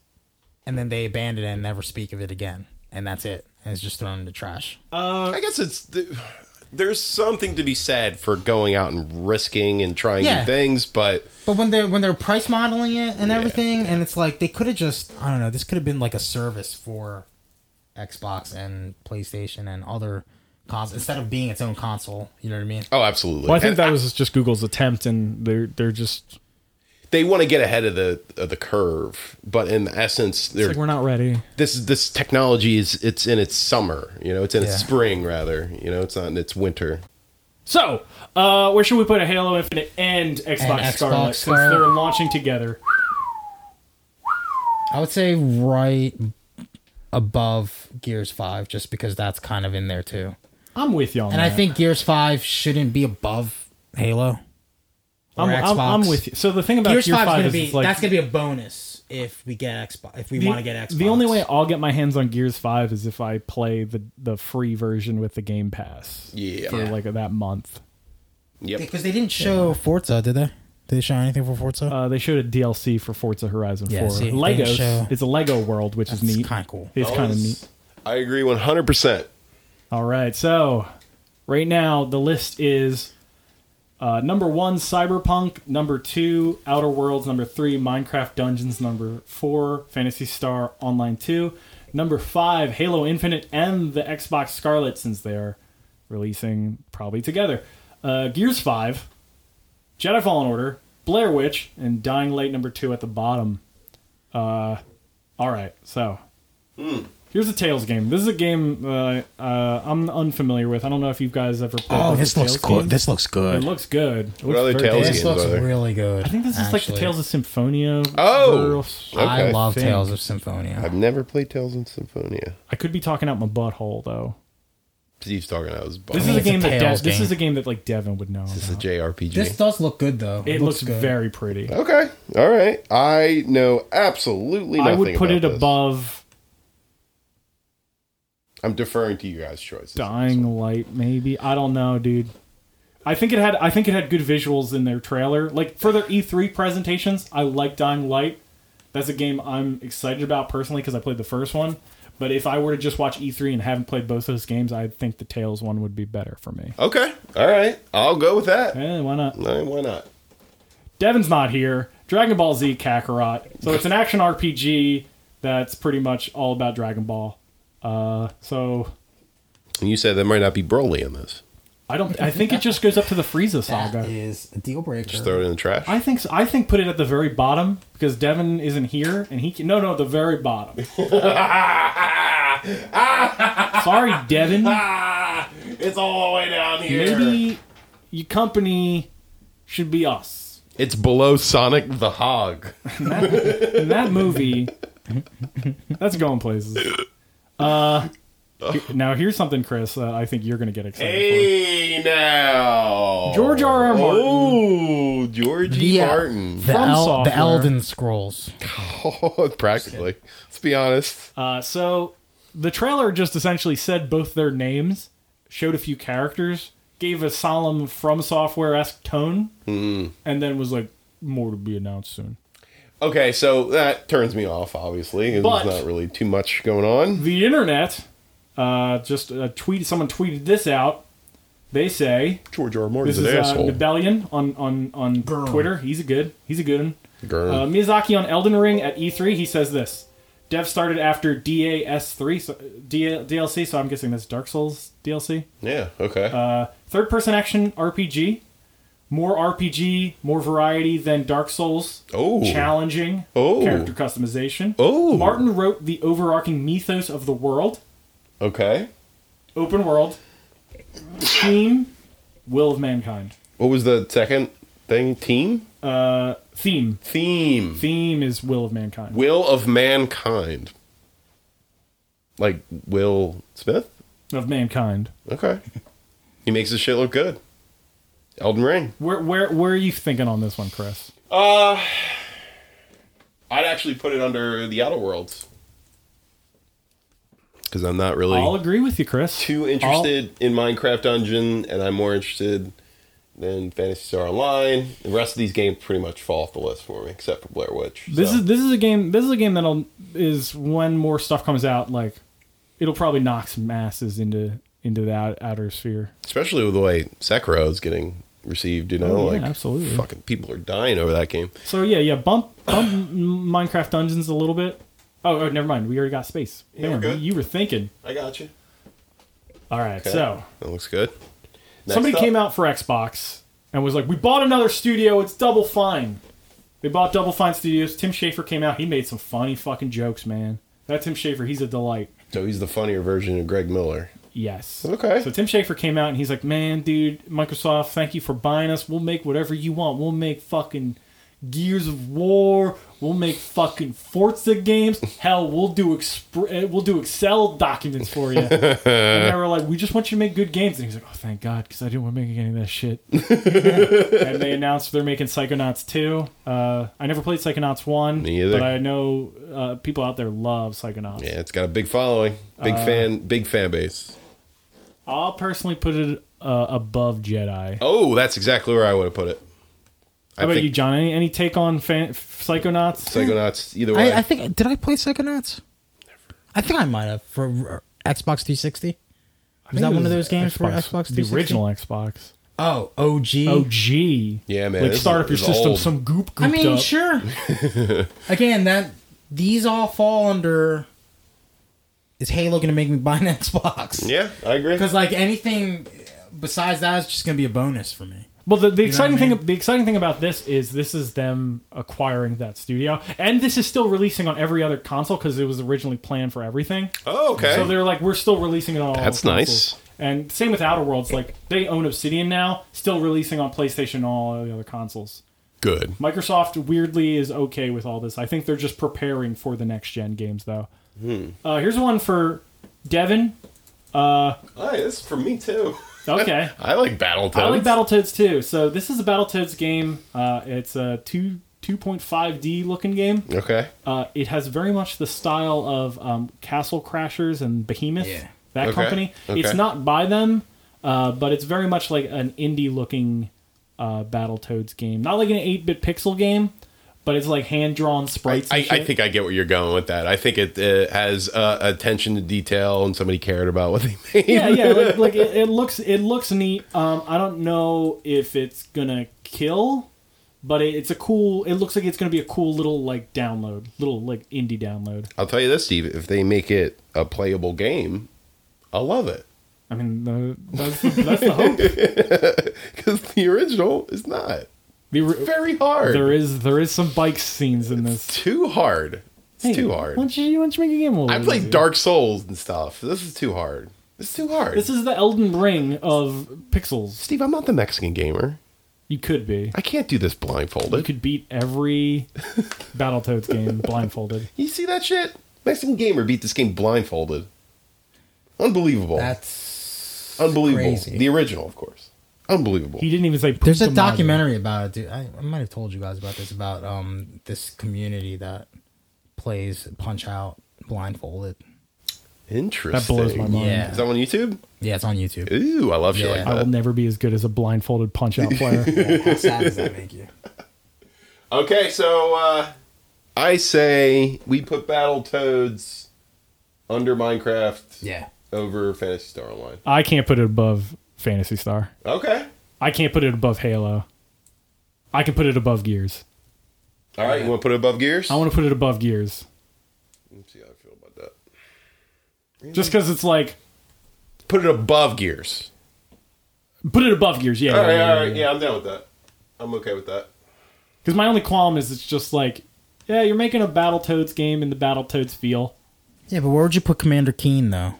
and then they abandon it and never speak of it again, and that's it. And it's just thrown in the trash.
I guess it's th- there's something to be said for going out and risking and trying
Yeah.
new things, but
But when they're when they're price modeling it and everything, and it's like they could have just I don't know. This could have been like a service for Xbox and PlayStation and other consoles instead of being its own console. You know what I mean?
oh, absolutely.
Well, I think
And
that was just Google's attempt, and they're they're just
they want to get ahead of the of the curve, but in essence, they're,
it's like we're not ready.
this this technology is it's in its summer. You know, it's in its
Yeah.
spring rather. You know, it's not in its winter.
So, uh, where should we put a Halo Infinite and Xbox,
Xbox
Scarlet since
Scarlet.
they're launching together?
I would say right above Gears Five, just because that's kind of in there too.
I'm with you on
And
that.
I think Gears Five shouldn't be above Halo.
I'm,
or
I'm, I'm
Xbox.
with you. So the thing about
Gears
Gear
Five is
Five
gonna
is
be
it's like
that's gonna be a bonus if we get Xbox if we
the-
want to get Xbox.
The only way I'll get my hands on Gears Five is if I play the the free version with the Game Pass
Yeah.
for like that month.
Yep.
because they didn't show Forza, did they? Did they show anything for Forza?
Uh, they showed a DLC for Forza Horizon
Yeah,
Four.
see, they
Legos.
show-
It's a Lego world, which is
It's
neat.
kinda cool.
It's
Oh,
kind of neat.
I agree 100. percent
All right. So right now the list is uh, number one Cyberpunk, number two Outer Worlds, number three Minecraft Dungeons, number four Fantasy Star Online Two, number five Halo Infinite and the Xbox Scarlet since they're releasing probably together. Uh, Gears Five, Jedi Fallen Order, Blair Witch, and Dying Light number two at the bottom. Uh, all right. So Here's a Tails game. This is a game uh, uh, I'm unfamiliar with. I don't know if you guys ever played
oh,
the
this looks
Tails
good.
game.
This looks
It
good.
looks good. It looks
other
very
Tails
good.
This
games
looks
are there?
really good.
I think this is like the Tales of Symphonia.
Oh!
verse.
Okay.
I love
Thing.
Tales of Symphonia.
I've never played Tales in Symphonia.
I could be talking out my butthole though.
Steve's talking about his body.
This is
mean,
a
it's a
game that
Tales
Dev, this
game.
is a game that like Devin would know.
It's a
about.
JRPG.
This does look good though.
It looks,
good.
very pretty.
okay, all right. I know absolutely nothing.
I would put
about
it
this.
above
I'm deferring to you guys' choices.
Dying Light, maybe. I don't know, dude. I think it had I think it had good visuals in their trailer. Like for their E3 presentations, I like Dying Light. That's a game I'm excited about personally because I played the first one. But if I were to just watch E3 and haven't played both those games, I think the Tails one would be better for me.
Okay, all right. I'll go with that.
Eh, why not?
No, why not?
Devin's not here. Dragon Ball Z Kakarot. So it's an action RPG that's pretty much all about Dragon Ball. Uh, so
And you said there might not be Broly in this.
I don't. I think it just goes up to the Frieza
That
saga.
is a deal breaker.
Just throw it in the trash.
I think. So. I think put it at the very bottom because Devin isn't here and he can. No, no, the very bottom. Sorry, Devin.
Ah, it's all the way down
Maybe your company should be us.
It's below Sonic the Hog.
In that movie that's going places uh he- now here's something chris uh, i think you're gonna get excited
Hey now,
for george r r martin
Oh, Georgie
Yeah.
Martin.
The,
From
El- the
software.
Elden Scrolls.
Oh, practically. Let's be honest.
uh, so the trailer just essentially said both their names showed a few characters gave a solemn from software-esque tone
Mm-hmm.
and then was like more to be announced soon
Okay, so that turns me off. Obviously, there's
But-
not really too much going on.
the internet uh, just uh, tweet someone tweeted this out they say
George R. R. Martin's
This
an
is uh,
asshole.
Rebellion on on on
Grr.
Twitter. He's a good. He's a good one.
Grr.
Uh, Miyazaki on Elden Ring at E3. He says this. Dev started after DAS3 so, D- DLC, so I'm guessing that's Dark Souls DLC.
yeah. Okay.
Uh, third person action RPG. More RPG, more variety than Dark Souls.
Oh.
Challenging.
Oh.
Character customization.
Oh.
Martin wrote the overarching mythos of the world
okay.
open world, theme, will of mankind.
What was the second thing? Team
Uh, theme.
theme.
Theme is will of mankind.
Will of mankind. Like Will Smith.
Of mankind.
Okay. he makes his shit look good. Elden Ring.
Where where where are you thinking on this one, Chris?
Uh, I'd actually put it under the Outer Worlds. Because I'm not really
I'll agree with you, Chris.
too interested in Minecraft Dungeon, and I'm more interested than Fantasy Star Online. The rest of these games pretty much fall off the list for me, except for Blair Witch.
I'll- this
so.
is this is a game. This is a game that'll is when more stuff comes out. Like it'll probably knock some masses into into the out, outer sphere.
especially with the way Sekiro is getting received. You know,
Oh, yeah,
like
absolutely.
fucking people are dying over that game.
So yeah, yeah. Bump bump Minecraft Dungeons a little bit. Oh, oh, never mind. We already got space.
Yeah, we're
Damn,
good.
you were thinking.
I got you.
All right, so
That looks good. Next
Somebody
up-
came out for Xbox and was like, "We bought another studio. It's Double Fine." They bought Double Fine Studios. Tim Schafer came out. He made some funny fucking jokes, man. That Tim Schafer, he's a delight.
So he's the funnier version of Greg Miller.
Yes.
Okay.
So Tim Schafer came out and he's like, "Man, dude, Microsoft, thank you for buying us. We'll make whatever you want. We'll make fucking Gears of War. We'll make fucking Forza games. Hell, we'll do exp- uh, we'll do Excel documents for you." and they were like, "We just want you to make good games." And he's like, "Oh, thank God, because I didn't want to make any of that shit." and they announced they're making Psychonauts 2. Uh, I never played Psychonauts 1,
Me either.
but I know uh, people out there love Psychonauts.
Yeah, it's got a big following, big
Uh,
fan, big fan base.
I'll personally put it uh, above Jedi.
Oh, that's exactly where I would have put it. I
How about
think
you, John? Any, any take on fan, f- Psychonauts?
Psychonauts. Either way,
I, I think did I play Psychonauts? I think I might have for uh, Xbox 360. Was that one of those games for Xbox
The
360?
original Xbox.
Oh, OG.
Oh, gee.
Yeah, man,
Like
this
start
is-
up your
this is
system,
old.
some goop gooped
I mean,
up.
sure. Again, that these all fall under. Is Halo gonna make me buy an Xbox?
yeah, I agree.
Because like anything besides that is just gonna be a bonus for me.
Well, the, the exciting
what I mean?
thing the exciting thing about this is this is them acquiring that studio, and this is still releasing on every other console because it was originally planned for everything.
Oh, okay.
So they're like, we're still releasing it on all.
That's
consoles.
nice.
And same with Outer Worlds. Like they own Obsidian now, still releasing on PlayStation and all the other consoles.
good.
Microsoft weirdly is okay with all this. I think they're
Hmm.
just preparing for the next gen games, though. Uh, here's one for Devin.
Hi, this is for me too.
Okay.
I like Battletoads.
I like Battletoads too. So this is a Battletoads game. Uh, it's a two two point five D looking game.
Okay.
Uh, it has very much the style of um, Castle Crashers and Behemoth,
Yeah.
that
Okay,
company. It's
okay.
not by them, uh, but it's very much like an indie looking uh, Battletoads game. Not like an eight bit pixel game, but it's like hand drawn
I,
sprites.
I,
and
I
shit.
think I get where you're going with that. I think it, uh has uh, attention to detail, and somebody cared about what they made.
yeah, yeah. Like, like it, it looks, it looks neat. Um, I don't know if it's gonna kill, but it, it's a cool. It looks like it's gonna be a cool little like download, little like indie download.
I'll tell you this, Steve. If they make it a playable game, I'll love it
I mean, the, that's, that's the hope.
because the original is not
The re-
very hard.
there is there is some bike scenes in this.
too hard. It's
Hey,
too
Why
hard.
don't you, why don't you make a game? a
I
little
played
easier?
Dark Souls and stuff. This is too hard. It's too hard.
This is the Elden Ring of pixels.
Steve, I'm not the Mexican gamer.
You could be.
I can't do this blindfolded.
You could beat every Battletoads game blindfolded.
You see that shit? Mexican gamer beat this game blindfolded. Unbelievable.
That's
Unbelievable.
crazy.
The original, of course. Unbelievable.
He didn't even say.
There's a
Putumayo.
documentary about it, dude. I, I might have told you guys about this about um this community that plays Punch Out blindfolded.
Interesting.
That blows my mind.
Yeah.
Is that on YouTube?
Yeah, it's on YouTube.
Ooh, I love shit
Yeah.
like
I will
that.
never be as good as a blindfolded punch out player.
How sad does that make you?
Okay, so uh, I say we put Battletoads under Minecraft
Yeah.
over Fantasy Star Online.
I can't put it above Fantasy Star.
Okay.
I can't put it above Halo. I can put it above Gears.
All right, you want to put it above Gears?
I want to put it above Gears.
Let's see how I feel about that.
Just because it's like,
Put it above Gears.
put it above Gears. Yeah.
All right,
yeah, yeah,
all right. Yeah, I'm down with that. I'm okay with that.
Because my only qualm is it's just like, yeah, you're making a Battletoads game in the Battletoads feel.
Yeah, but where would you put Commander Keen though?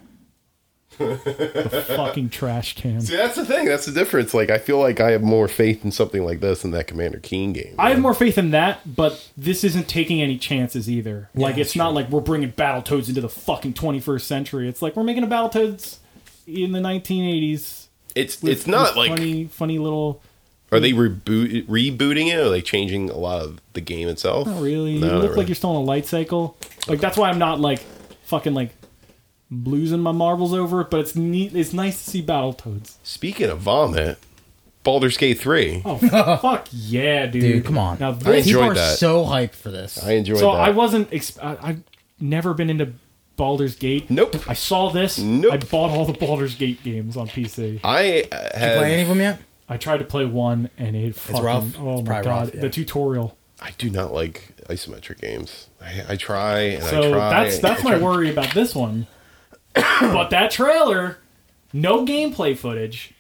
Fucking trash can.
See, that's the thing. That's the difference. Like, I feel like I have more faith in something like this than that Commander Keen game.
I have more faith in that, but this isn't taking any chances either. like, it's not like we're bringing Battletoads into the fucking 21st century. It's like we're making a Battletoads in the 1980s.
it's
with-
it's not
with
like
funny, funny little.
are they reboot rebooting it? Or are they changing a lot of the game itself?
Not really.
No,
you
not
look
really.
like you're still on a light cycle. Like that's why I'm not like fucking like losing my marbles over it. But it's neat. It's nice to see Battletoads.
Speaking of vomit, Baldur's Gate three.
Oh fuck yeah, dude!
Dude, come on.
Now
I
this,
People
enjoyed
are
that.
so hyped for this.
I enjoyed
so
that.
I wasn't. Exp- I, I've never been into Baldur's Gate.
nope.
I saw this.
Nope.
I bought all the Baldur's Gate games on PC.
I uh,
you play any
have,
of them yet?
I tried to play one, and it fucking.
rough.
Oh
It's probably
my god!
rough, yeah.
The tutorial.
I do not like isometric games. I, I try and I
So
try.
that's
and
that's
I
my
try.
worry about this one. but that trailer, no gameplay footage.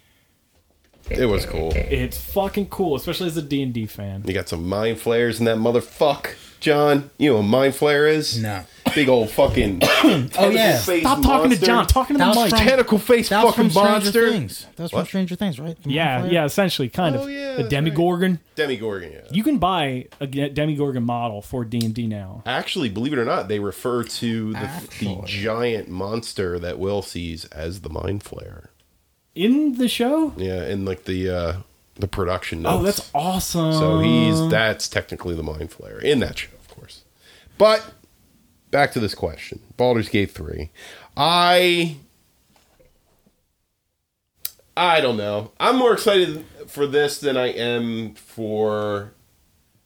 It was cool.
It's fucking cool, especially as a D and D fan.
You got some mind flares in that motherfuck, John. You know what a mind flare is?
No.
Big old fucking.
Oh yeah.
face
Stop talking
monster.
to John. Talking to
That
the
was
mic.
from-
Tentacle face
That was from
fucking
Stranger
monster.
Things. That was from
What?
Stranger Things, right? The
Yeah,
Mountaineer?
yeah, essentially, kind
Oh,
of.
yeah,
the
that's right.
Demigorgon.
Demigorgon, yeah.
You can buy a g- Demigorgon model for D and D now.
Actually, believe it or not, they refer to the, the
Actually.
giant monster that Will sees as the mind flare.
In the show?
Yeah, in like the uh the production notes.
Oh, that's awesome.
So he's that's technically the mind flare in that show, of course. But back to this question. Baldur's Gate 3. I I don't know. I'm more excited for this than I am for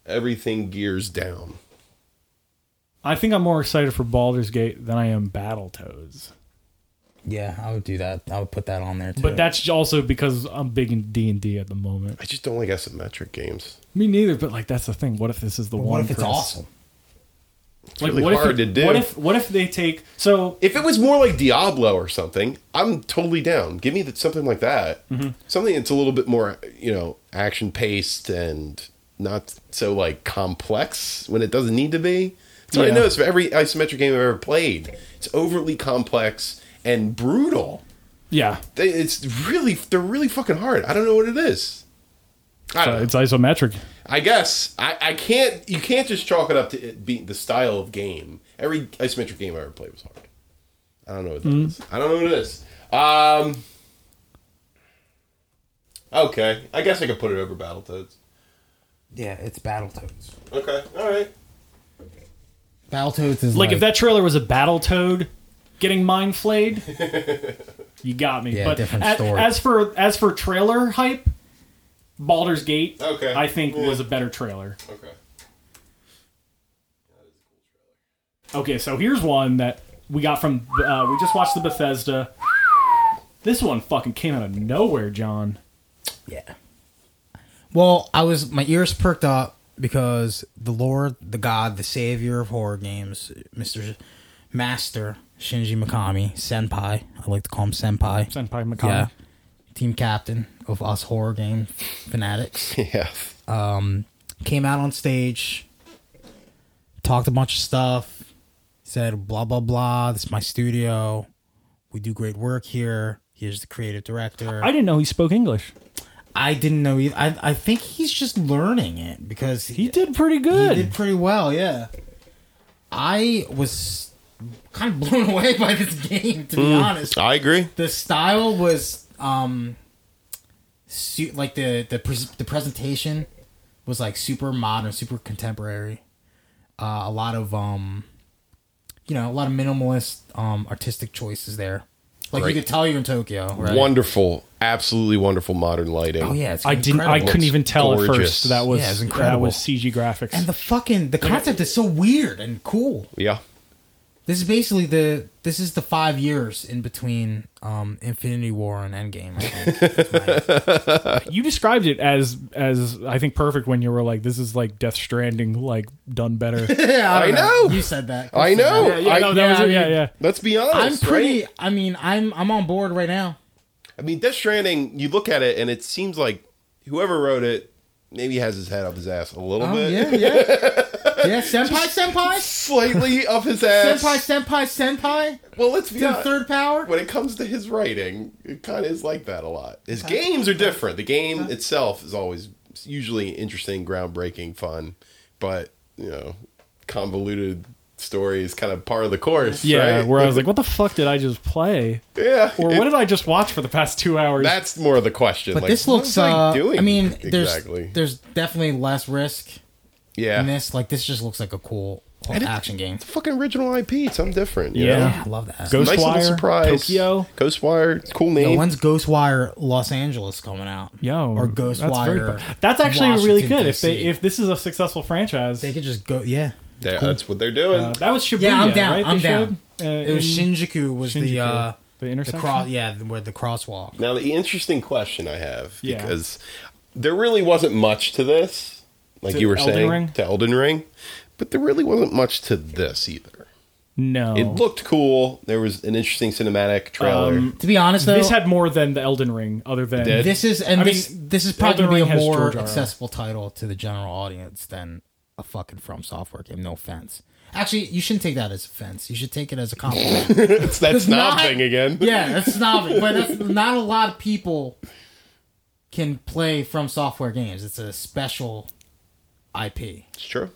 everything gears down.
I think I'm more excited for Baldur's Gate than I am Battletoads.
Yeah, I would do that. I would put that on there too.
But that's also because I'm big in D and D at the moment.
I just don't like isometric games.
Me neither. But like, that's the thing. What if this is the one?
what if it's
Chris?
awesome?
Like,
really
what
hard
if,
to do.
What if what if they take so
If it was more like Diablo or something, I'm totally down. Give me that something like that. Something that's a little bit more, you know, action paced and not so like complex when it doesn't need to be. That's what I
Yeah.
noticed for every isometric game I've ever played. It's overly complex and brutal.
yeah
They- It's really they're really fucking hard. I don't know what it is. I don't
uh,
know.
it's isometric.
I guess I, I can't. You can't just chalk it up to it being the
Hmm.
style of game. Every isometric game I ever played was hard. I don't know what that is. I don't know what it is. Um. Okay, I guess I could put it over Battletoads.
Yeah, it's Battletoads.
Okay, all right.
Battletoads is
Like,
like,
if that trailer was a battle toad getting mind flayed, you got me.
Yeah,
but
different
a-
story.
as for as for trailer hype, Baldur's Gate,
Okay.
I think
Yeah.
was a better trailer.
Okay.
Okay, so here's one that we got from uh, we just watched the Bethesda. This one fucking came out of nowhere, John.
yeah. Well, I was my ears perked up because the Lord, the God, the Savior of horror games, Mister Master Shinji Mikami Senpai. I like to call him Senpai.
Senpai Mikami.
Yeah. Team captain of us horror game fanatics.
Yeah.
came out on stage, talked a bunch of stuff, said blah blah blah. This is my studio. We do great work here. Here's the creative director.
I
I,
didn't know he spoke English.
didn't know. Either. I I think he's just learning it because
He did pretty
he
good.
did pretty well. Yeah, I was kind of blown away by this game to be honest.
I agree.
The style was um, su- like the the pres the presentation was like super modern, super contemporary. Uh, a lot of um, you know, a lot of minimalist um artistic choices there. Like
Right.
you could tell you're in Tokyo, right?
Wonderful, absolutely wonderful modern lighting.
Oh yeah, it's
I didn't. I
incredible.
couldn't even tell at
Gorgeous.
first that was
Yeah, it's
that
incredible.
was CG graphics.
And the fucking the concept is so weird and cool.
Yeah.
This is basically the this is the five years in between um Infinity War and Endgame. I think. Right.
you described it as as I think perfect when you were like, "This is like Death Stranding, like done better."
yeah,
I
don't
know.
You said that.
I
You said
know.
that.
yeah,
I-
no, that was it. Yeah, yeah.
Let's be honest.
I'm pretty.
right?
I mean, I'm I'm on board right now.
I mean, Death Stranding. You look at it, and it seems like whoever wrote it maybe has his head up his ass a little
Oh
bit,
yeah, yeah, yeah. Senpai, senpai,
slightly up his ass.
senpai, senpai, senpai.
Well, let's be
The
honest.
third power.
when it comes to his writing, it kind of is like that a lot. His games are different. The game itself is always usually interesting, groundbreaking, fun, but you know, convoluted story is kind of part of the course.
yeah,
right?
where I was like, "What the fuck did I just play?"
yeah.
Or
it-
what did I just watch for the past two hours?
that's more the question.
But
like,
this
what
looks.
was I
uh,
doing
I mean, there's
exactly.
there's definitely less risk
yeah.
in this. Like this just looks like a cool
And it-
action game.
Fucking original IP. Something different. you
Yeah.
know?
Yeah, I love that.
Ghost-
Nice little
Ghostwire,
surprise.
Tokyo.
Ghostwire. Cool name.
Yo, when's Ghostwire Los Angeles coming out?
Yo,
or
that's very
Ghostwire.
bu- That's actually really
Washington,
good. If they
DC.
if this is a successful franchise,
they could just go, yeah.
Yeah, That's what they're doing.
uh, that was Shibuya.
Yeah, I'm down.
Right?
I'm
They
down.
showed, uh,
It was
in
Shinjuku was the
Shinjuku.
uh
the
the
intersection.
cross yeah where the crosswalk.
Now, the interesting question I have
Yeah.
because there really wasn't much to this, like
To
you were
Elden
saying
Ring?
to Elden Ring, but there really wasn't much to this either.
no,
It looked cool. There was an interesting cinematic trailer.
Um,
To be honest, though,
this had more than the Elden Ring, other than
did?
This is and
I mean,
this this is probably
Elden
gonna be
Ring
a
has
more
George R. R.
accessible title to the general audience than a fucking From Software game. No offense. Actually, you shouldn't take that as offense. You should take it as a compliment.
it's that
It's
snob
not-
thing again.
yeah, that's snobbing, but that's not a lot of people can play From Software games. It's a special IP,
It's true.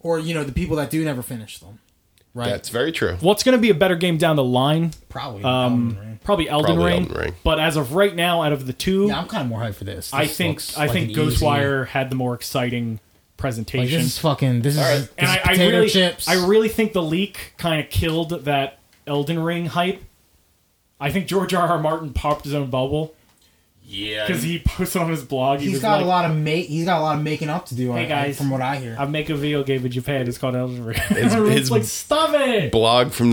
or you know, the people that do never finish them, right?
That's very true.
what's going to be a better game down the line?
probably.
Um,
Elden Ring.
probably Elden
Probably
Ring.
Elden Ring.
But as of right now, out of the two,
yeah, I'm kind of more hyped for this.
I
This
think
looks
I
like
think
an easy-
Ghostwire had the more exciting
Like,
presentation.
this is fucking. This is,
right.
this
and
is
I, I
potato
really,
chips.
I really think the leak kind of killed that Elden Ring hype. I think George R. R. Martin popped his own bubble
Yeah.
because he posted on his blog. He
He's
was
got
like,
a lot of make. He's got a lot of making up to do.
Hey,
I-
guys.
from what I hear,
I make a video game in Japan. It's called Elden Ring. Everyone's
his-
like, stop it,
Blog from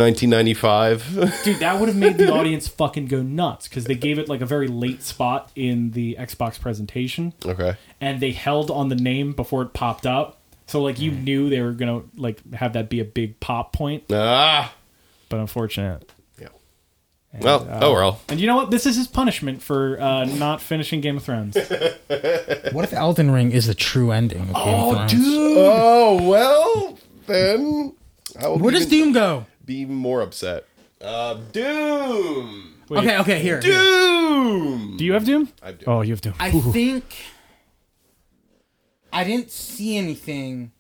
1995.
dude. That would have made the audience fucking go nuts because they gave it like a very late spot in the Xbox presentation.
okay.
and they held on the name before it popped up. So like you knew they were gonna like have that be a big pop point,
Ah.
but unfortunate.
Yeah. Well, oh well.
And uh, you know what? This is his punishment for uh, not finishing Game of Thrones.
what if Elden Ring is the true ending? Of oh,
Oh well. Then I will
Where
be,
does Doom go?
be even more upset. Uh, Doom.
Wait.
okay, okay, here. here.
Doom.
Do you have Doom?
I do.
Oh, you have Doom.
I think I didn't see anything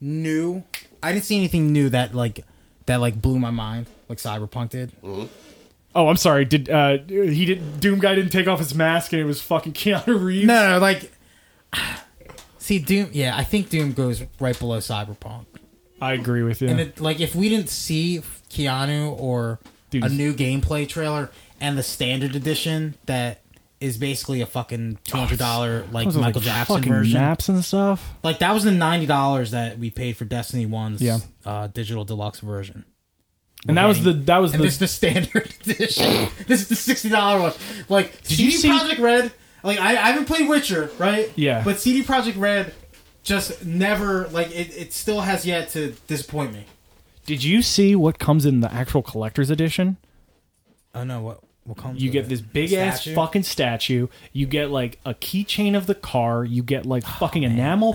new. I didn't see anything new that like that like blew my mind, like Cyberpunk did.
Oh, I'm sorry. Did uh he did Doom guy didn't take off his mask and it was fucking Keanu Reeves?
No, no, like. See, Doom. Yeah, I think Doom goes right below Cyberpunk.
I agree with you.
And it, like, if we didn't see Keanu or
Dude,
a
he's-
new gameplay trailer and the standard edition that is basically a fucking two hundred dollar like
Those are,
Michael
like,
Jackson
fucking
version,
maps and stuff.
like that was the ninety dollars that we paid for Destiny One's
Yeah.
uh, digital deluxe version.
And that was the
getting-
that was
And
the
this is the standard edition. this is the sixty dollar one. Like CD
you see-
Project Red. Like I, I haven't played Witcher, right?
Yeah.
But CD Project Red just never like it, it. still has yet to disappoint me.
Did you see what comes in the actual collector's edition?
Oh no! What what comes?
You
with
get
it?
this big
The
ass
statue?
fucking statue. You get like a keychain of the car. You get like fucking enamel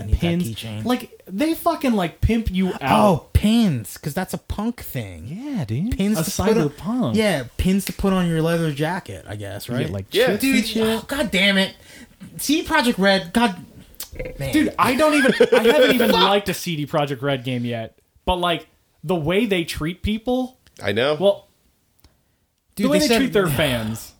Oh, I need that
pins.
keychain.
Like they fucking like pimp you out.
Oh, pins, because that's a punk thing.
yeah, dude.
Pins
a
to put on,
cyberpunk.
Yeah, pins to put on your leather jacket, I guess,
You
right?
get, like
Yeah.
chicks and
dude,
shit.
oh, god damn it. See Project Red, god man.
dude. I don't even. I haven't even liked a CD Project Red game yet. But like the way they treat people.
I know.
Well,
Dude,
the way
they
they,
said-
treat their fans.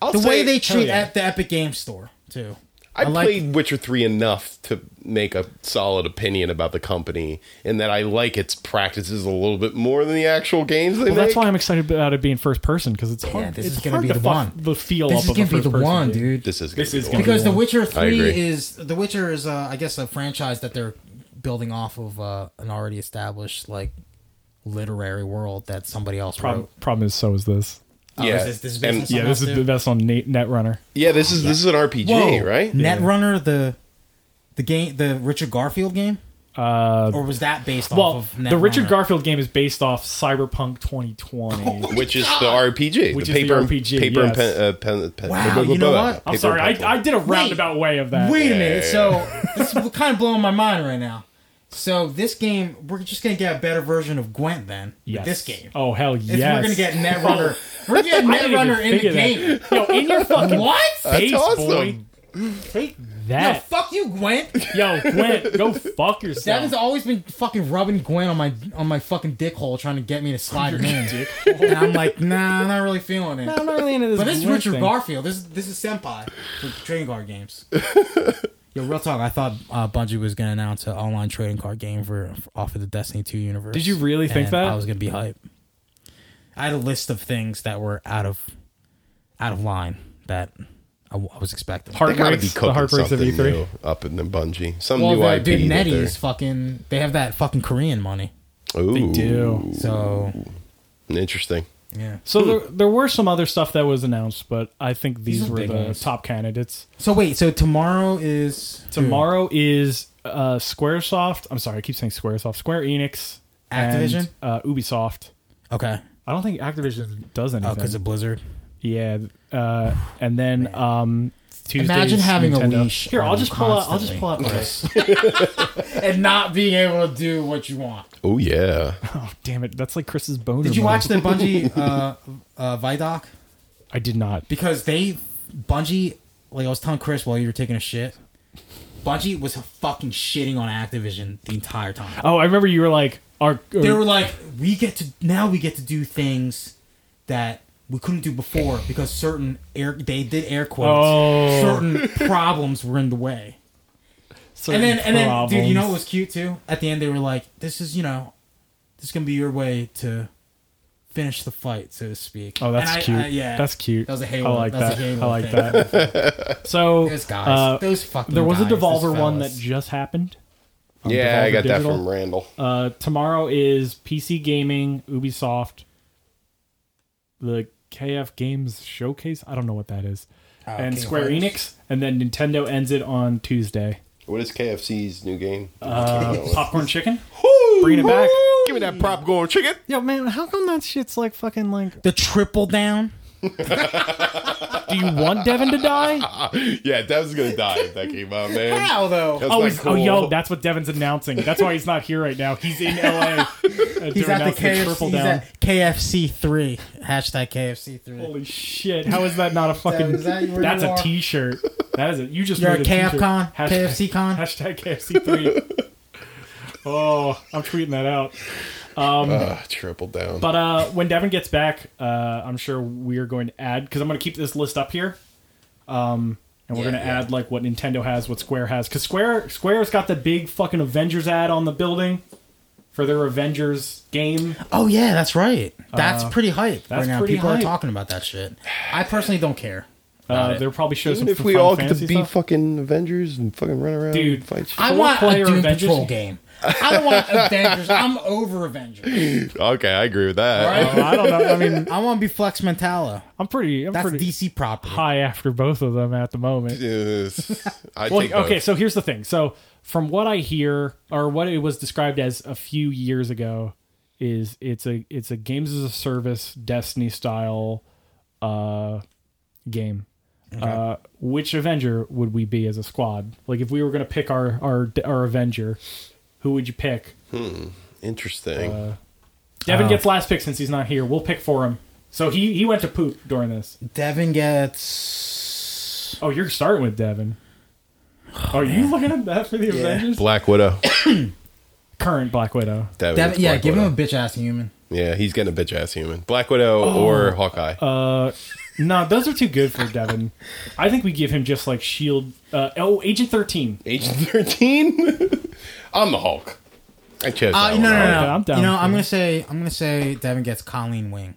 I'll
the way
say-
they treat
yeah.
at the Epic Games Store, too.
I,
I like-
played Witcher 3 enough to make a solid opinion about the company and that I like its practices a little bit more than the actual games they
Well,
make.
that's why I'm excited about it being first person because it's hard.
this
it's
is gonna
hard
be
to
the
fuck
one.
the feel
This
up
is
of a
gonna be
first
the
person
one,
game.
dude.
This
This
is gonna
is
be the
gonna
one.
because The
one.
Witcher
I agree.
3 is The Witcher is uh, I guess a franchise that they're building off of uh, an already established like literary world that somebody else
Problem,
wrote.
problem is, so is this.
Oh,
Yeah.
is this, this is based
And-
on
Yeah,
something
this
else,
is
too?
that's on Nate, Netrunner.
yeah, this is this is an RPG, right?
Netrunner, the the game, the Richard Garfield game, uh, or was that based
Well,
off of
the Richard
Netrunner?
Garfield game is based off Cyberpunk 2020.
Which is the RPG,
Which
the
is the
paper, and-
RPG,
paper
yes.
and pen, uh, pen, pen,
Wow,
blah, blah,
you know
blah,
what?
I'm
paper
sorry,
and
I, I
pencil.
did a roundabout way of that.
Wait a
Yeah,
minute.
yeah,
So this is kind of blowing my mind right now. So this game, we're just gonna get a better version of Gwent then. with
Yes.
This game,
Oh hell
If
yes.
we're gonna get Netrunner. we're gonna get
I didn't
Netrunner in
even
the
think
game.
of that. Yo, in your fucking
What?
face,
That's
boy.
awesome.
Take
No,
that,
fuck you, Gwent.
yo, Gwent. Go fuck
Devin's
yourself.
always been fucking rubbing Gwen on my on my fucking dick hole, trying to get me to slide it in. and I'm like, nah, I'm not really feeling it.
I'm not really into this.
But this is
Gwent
Richard
thing.
Garfield. This is this is Senpai for trading card games. Yo, real talk. I thought uh, Bungie was gonna announce an online trading card game for, for- off of the Destiny Two universe.
Did you really think
and
that?
I was gonna be hype? I had a list of things that were out of out of line that I, w- I was expecting.
They gotta be
Heartbreaks, the
cooking
heartbreaks of E E3.
something new up in the Bungie. Some
well,
new
the
IP.
big
that
Netties fucking. They have that fucking Korean money.
they're- Ooh,
They do.
So
Interesting.
yeah.
So there, there were some other stuff that was announced, but I think these,
These are
were
big
the
ones.
top candidates.
So wait. So tomorrow is who?
Tomorrow is uh, SquareSoft. I'm sorry, I keep saying SquareSoft. Square Enix,
Activision?
and, uh, Ubisoft.
Okay.
I don't think Activision does anything.
Oh, because of Blizzard.
yeah, uh, and then um, Tuesdays,
Imagine having a
Nintendo.
leash
Here, I'll
on
just pull out. I'll just pull out. this.
and not being able to do what you want.
Oh yeah.
oh damn it! That's like Chris's boner.
Did you
moment.
watch the Bungie uh, uh, Vidoc?
I did not.
Because they Bungie, like I was telling Chris while you were taking a shit, Bungie was fucking shitting on Activision the entire time.
Oh, I remember you were like, "Our
They were like, we get to now we get to do things that we couldn't do before because certain air they did air quotes
Oh.
certain problems were in the way. and then and then dude you know what was cute too at the end they were like this is you know this is gonna be your way to finish the fight so to speak
Oh, that's
And I-
cute.
I- yeah
That's cute.
that was a
I
Halo
like
that's
that.
a Halo
I like
thing.
that. so
those guys
uh,
those fucking
there was a
guys, those
Devolver one that
fellas.
just happened.
yeah, I
Devolver
got that
Digital.
from Randall.
Uh, tomorrow is PC gaming, Ubisoft, the KF Games Showcase. I don't know what that is, and
Oh, King of
Square
Fighters.
Enix, and then Nintendo ends it on Tuesday.
What is KFC's new game?
Oh.
Popcorn Chicken, Uh, bringing it back.
Give me that prop going chicken.
Yo, man, how come that shit's like fucking like?
the triple down
Do you want Devin to die?
Yeah, Dev's gonna die if that came out, man.
how though
That's
Oh,
not
he's-
cool.
oh, yo, that's what Devin's announcing. That's why he's not here right now. He's in uh, LA.
he's at the KFC he's at KFC three hashtag KFC three
Holy shit! How is that not a fucking?
is that where
that's
you
a
are?
T-shirt. That is it. You just
You're
made
a
t-shirt.
KFCon?
Hashtag-
KFCCon?
Hashtag KFC three. oh, I'm tweeting that out.
Ah, triple down.
But uh, when Devin gets back, uh, I'm sure we're going to add because I'm going to keep this list up here, um, and we're
Yeah,
going to
yeah.
add like what Nintendo has, what Square has, because Square Square's got the big fucking Avengers ad on the building for their Avengers game.
Oh yeah, that's right. That's pretty hype
Uh, that's
right now.
pretty
People
hype.
are talking about that shit. I personally don't care. about
Uh,
it.
they'll probably show
Even
some.
if
some
we
Final
all get to
Fantasy
be
stuff.
fucking Avengers and fucking run around
Dude,
and fight.
I want a
four-player
Doom
Avengers-
Patrol game. I don't want Avengers. I'm over Avengers.
okay, I agree with that.
Right?
Uh, I don't know. I mean,
I want to be Flex Mentala.
I'm pretty. I'm
That's
pretty
DC property.
high after both of them at the moment.
Yes. I
Well,
take both.
okay, so here's the thing. So from what I hear, or what it was described as a few years ago, is it's a it's a games as a service Destiny style uh, game. Uh, which Avenger would we be as a squad? Like if we were gonna pick our our our Avenger, who would you pick?
Interesting.
Uh,
Uh,
Devin gets last pick since he's not here. We'll pick for him. So he he went to poop during this.
Devin gets.
Oh, you're starting with Devin. Are you looking at that for the Avengers?
Black Widow.
Current Black Widow.
Devin,
Devin,
it's
yeah,
Black
give
Widow.
him a bitch ass human.
Yeah, he's getting a bitch ass human. Black Widow or
Oh,
Hawkeye.
Uh, no, those are too good for Devin. I think we give him just like Shield. Uh, oh, Agent Thirteen.
Age thirteen. I'm the Hulk. I chose.
Uh,
that
no, no, no,
one.
Okay,
no.
I'm down
You know,
for
I'm
it.
gonna say, I'm gonna say, Devin gets Colleen Wing.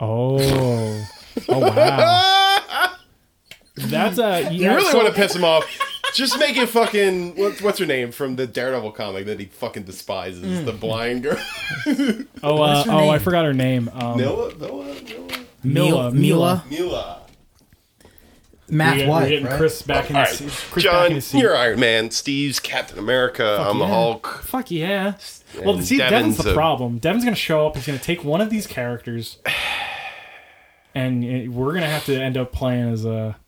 Oh, oh wow. That's a
You really want to piss him off? Just make it fucking what, what's her name from the Daredevil comic that he fucking despises,
Mm.
the blind girl.
Oh, uh,
What's her
oh, I
name?
forgot her name. Um,
Noah, Noah,
Mila,
Noah,
Mila.
Mila.
We're
Matt
getting- we're
White,
getting
right?
Chris back in
All
the
right,
seat. Chris back in
John,
his seat.
you're Iron Man. Steve's Captain America. I'm the
yeah.
Hulk.
Fuck yeah. Well,
And
see, Devin's,
Devin's
the
a-
problem. Devin's gonna show up. He's gonna take one of these characters, and uh, we're gonna have to end up playing as a.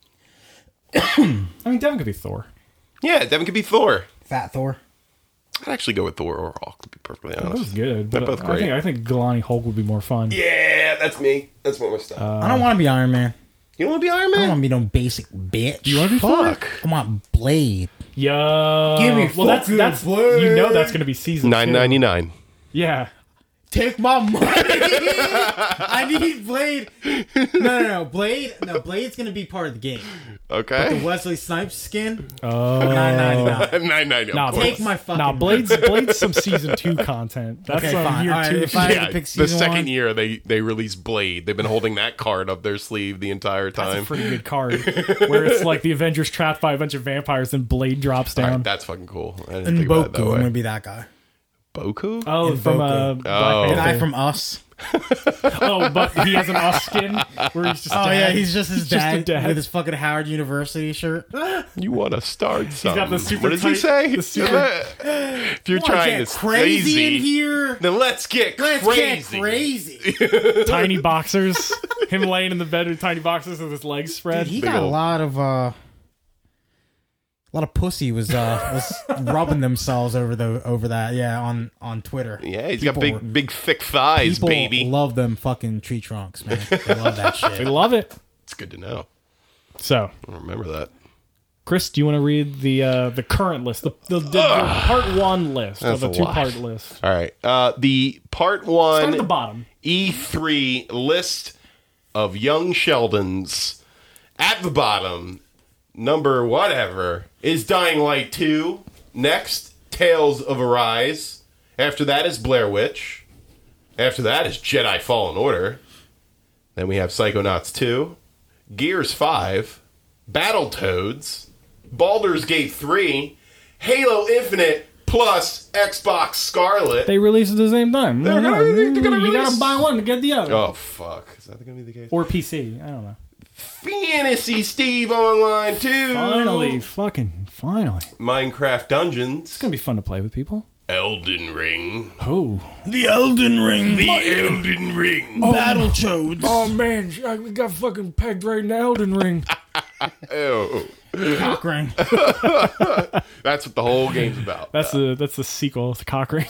I mean, Devin could be Thor.
Yeah, Devin could be Thor.
Fat Thor.
I'd actually go with Thor or Hulk to be perfectly
That
honest.
was good.
They're
But
both
I
great.
think I think Galani Hulk would be more fun.
Yeah, that's me. That's what we're stuff.
I don't want to be Iron Man.
you don't want to be Iron
I don't
Man?
want to be no basic bitch.
You wanna be
Fuck.
I want Blade.
Yo,
Give me
well, that's
fucking
that's
Blade.
you know that's gonna be season
Nine
two.
ninety nine.
Yeah,
Take my money. I need Blade. No, no, no. Blade. No, Blade's gonna be part of the game. The
Okay.
Wesley Snipes skin. Oh. Nine ninety nine.
Nine ninety
Nah,
nine.
Blade-
Take my fucking.
nah, Blade's Blade's some season two content. That's
Okay,
some
fine.
year
All right,
two.
if I-
shit.
had to pick
the
season
second
one.
year they they released Blade. They've been holding that card up their sleeve the entire
That's a
time.
pretty good card where it's like the Avengers trapped by a bunch of vampires and Blade drops
All right,
down.
that's fucking cool. I didn't
And
think about it that
Boku. I'm gonna
way.
be that guy.
Boku?
oh,
in
from
Boku.
uh,
Oh.
Black
The guy
Panther.
from Us.
oh, but he has an off skin where he's just.
Oh
dad.
yeah, he's just his
just a
dad,
dad.
with his fucking Howard University shirt.
You want to start something?
got the super
what does he
tight-
say?
the super-
if you're
Wanna
trying to
get
stay
crazy in
easy,
here.
then let's get
Let's
crazy.
get crazy.
tiny boxers. Him laying in the bed with tiny boxers with his legs spread.
Dude, he
Big
got
ol'-
a lot of uh, a lot of pussy was uh was rubbing themselves over the over that yeah on on Twitter.
Yeah, he's got
People were-
big, big, thick thighs,
people
baby.
love them fucking tree trunks, man. They love that
we
shit.
love it.
it's good to know.
So,
I remember that.
Chris, do you want to read the uh, the current list, the the, the, the part one list of
That's
a
a
two
lot.
part list?
All right. Uh, the part
Start
one
at the bottom.
E3 E list of young Sheldons at the bottom, number whatever, is Dying Light 2. Next, Tales of Arise. After that is Blair Witch. After that is Jedi Fallen Order. Then we have Psychonauts 2, Gears 5, Battletoads, Baldur's Gate 3, Halo Infinite, plus Xbox Scarlet.
They release at the same time. Mm-hmm.
They're gonna- they're gonna
you gotta
release-
buy one to get the other,
oh, fuck. Is that going to be the case?
or PC. I don't know.
Fantasy Steve Online 2.
Finally, fucking finally, Oh. it's
Minecraft Dungeons.
gonna be fun to play with people.
Elden Ring.
Oh,
The Elden Ring,
The Elden Ring.
Battle Toads.
oh man, I- we got fucking pegged right in the Elden Ring.
Oh.
Cock ring.
That's what the whole game's about.
That's the that's the sequel to Cock Ring.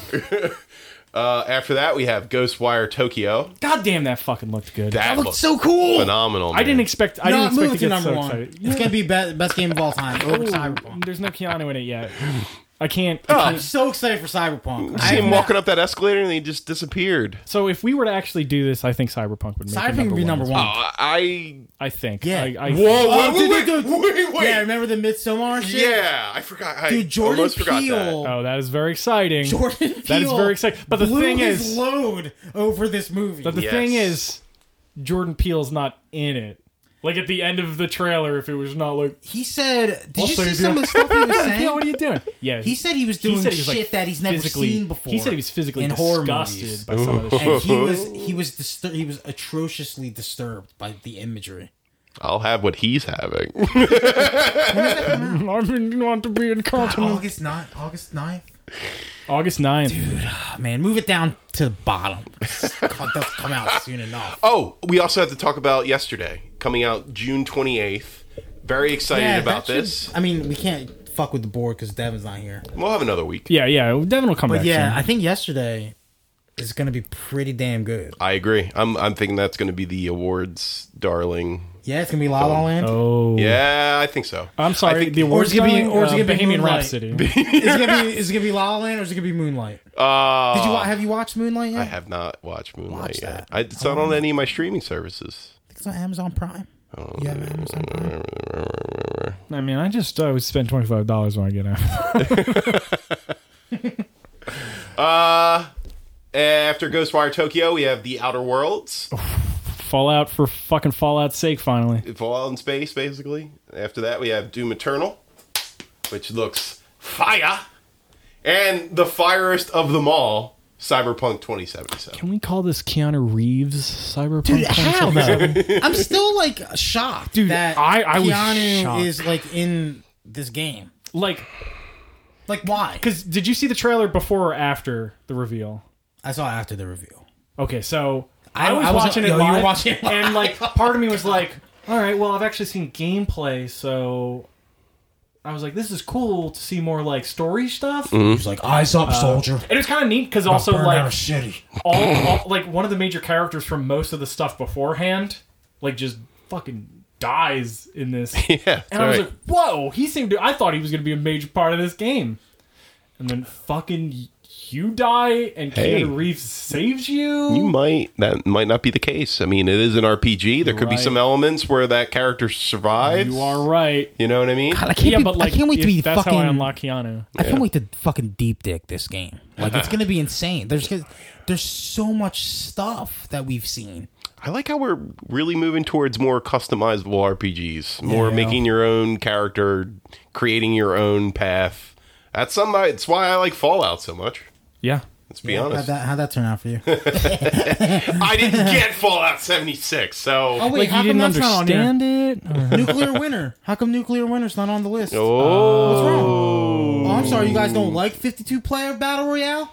Uh, after that, we have Ghostwire Tokyo.
God damn, that fucking looked good.
That,
That
looks
looks so cool.
phenomenal.
I didn't
man.
expect. I
No,
didn't
move
expect
it to
to get
number
so
one.
excited.
It's gonna be be- best game of all time. Over
Ooh,
Cyberpunk.
There's no Keanu in it yet. I can't.
Oh.
I'm so excited for Cyberpunk.
You
I
see him
have
walking up that escalator and he just disappeared.
So if we were to actually do this, I think Cyberpunk would make
not-
it
Cyberpunk would be number one.
Uh, I
I think.
Yeah.
I, I,
Oh, dude,
wait,
dude, dude.
wait, wait.
Yeah, remember the Midsommar shit?
Yeah, I forgot. I
Dude, Jordan
almost forgot
Peele.
Oh, that is very exciting.
Jordan Peele.
That is very exciting. But the
blew
thing
his
is,
load over this movie.
but the
Yes.
thing is, Jordan Peele's not in it. Like at the end of the trailer, if it was not like,
he said, "Did
I'll
you
say
see
it,
some of
dude.
the stuff he was saying?"
yeah, what are you doing? Yeah,
He said he was doing
said he was,
shit
like,
that he's never
physically-
seen before.
He said he was physically
in horror movies.
disgusted by some of the shit.
and he was he was distur- he was atrociously disturbed by the imagery.
that. I'll have what he's having.
I didn't want to be incontinent.
August 9th, August 9th.
August 9th.
Oh, man, move it down to the bottom. It's come- They'll come out soon enough.
oh, we also have to talk about yesterday coming out June 28th. Very excited
Yeah,
about
that should-
this.
I mean, we can't fuck with the board because Devin's not here.
We'll have another week.
Yeah, yeah. Devin will come
But
back.
yeah,
soon.
I think yesterday is going to be pretty damn good.
I agree. I'm I'm thinking that's going to be the awards darling.
Yeah, it's going to be La La Land.
Oh,
Yeah, I think so.
I'm
I
sorry.
think-
the
Or it's
awards
gonna be-
going,
or it's
uh,
gonna be
Bohemian
Moonlight.
Rhapsody.
Is it gonna be is it gonna be La La Land or is it gonna be Moonlight?
Uh,
Did you wa- have you watched Moonlight yet?
I have not watched Moonlight
Watch
yet.
that. Oh.
I, it's not on any of my streaming services.
I think it's on Amazon Prime. Oh, yeah, Amazon Prime.
I mean, I just I would spend twenty five dollars when I get out.
Uh after Ghostwire Tokyo, we have The Outer Worlds,
Oh.
Fallout for fucking Fallout's sake. Finally,
Fallout in Space, basically. After that, we have Doom Eternal, which looks fire, and the firest of them all, Cyberpunk 2077.
can we call this Keanu Reeves Cyberpunk?
Dude, how
2077?
though? I'm still like shocked
Dude,
that
I- I was
Keanu
shocked.
is like in this game.
Like,
Like why?
because did you see the trailer before or after the reveal?
I saw it after the review.
Okay, so
I-
I, was
I was-
watching it
yo, you
live,
were watching it
and like part of me was like, "All right, well, I've actually seen gameplay, so." I was like, "This is cool to see more like story stuff."
He was like, "Eyes up, soldier."
And it's kind of neat because Uh, also
Burn
like
out of city.
all, all- like one of the major characters from most of the stuff beforehand, like just fucking dies in this. and
Yeah,
I was like, whoa, he seemed to I thought he was gonna be a major part of this game. And then fucking you die and
Hey.
Keanu Reeves saves you.
You might that might not be the case. I mean, it is an RPG. There could be
right.
some elements where that character survives.
You are right.
You know what I mean?
I can't,
yeah,
be-
but like
I can't wait
if
to be
that's
fucking.
how I unlock Keanu.
I can't wait to fucking deep dick this game. Like it's gonna be insane. There's gonna- there's so much stuff that we've seen.
I like how we're really moving towards more customizable RPGs, more
Yeah.
making your own character, creating your own path. That's somebody. It's why I like Fallout so much.
Yeah.
Let's be honest.
How'd that, how'd that turn out for you?
I didn't get Fallout seventy six, so
Oh wait,
Like
how
you
come
didn't
that's not on here?
understand it? Or-
Nuclear Winter. How come Nuclear Winter's not on the list?
Uh,
oh,
What's wrong? Oh, I'm sorry, you guys don't like 52 player battle royale?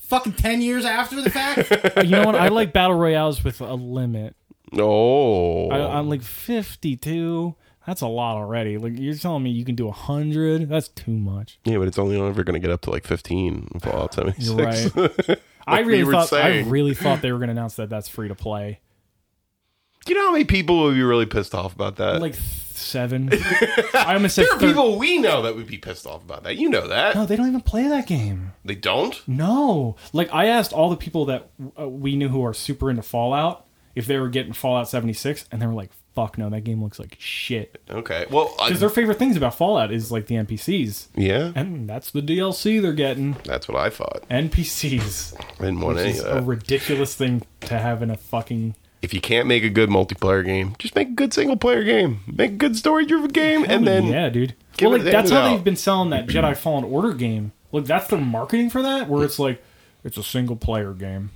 Fucking 10 years after the fact?
Uh, you know what? I like battle royales with a limit.
no.
I, I'm like 52. That's a lot already. Like you're telling me you can do 100. That's too much.
yeah, but it's only ever going to get up to like fifteen in Fallout seventy
You're
six.
right. I really
were
thought
saying.
I really thought they were going to announce that that's free to play.
You know how many people would be really pissed off about that?
Like th- seven. I almost said
Uh, there are
thir-
people we know that would be pissed off about that. You know that
No, they don't even play that game.
they don't.
No, like I asked all the people that uh, we knew who are super into Fallout if they were getting Fallout 76, and they were like, "Fuck no, that game looks like shit."
Okay, well, I,
Because their favorite things about Fallout is like the NPCs,
yeah,
and that's the DLC they're getting.
that's what I thought.
NPCs.
I didn't want any
It's
of
a
that.
ridiculous thing to have in a fucking.
if you can't make a good multiplayer game, just make a good single player game. Make a good story driven game, and then
Oh, yeah, dude.
give
Well,
it
like
the
that's
end
how
out.
they've been selling that Jedi Fallen Order game. Look, that's their marketing for that, where it's like it's a single player game,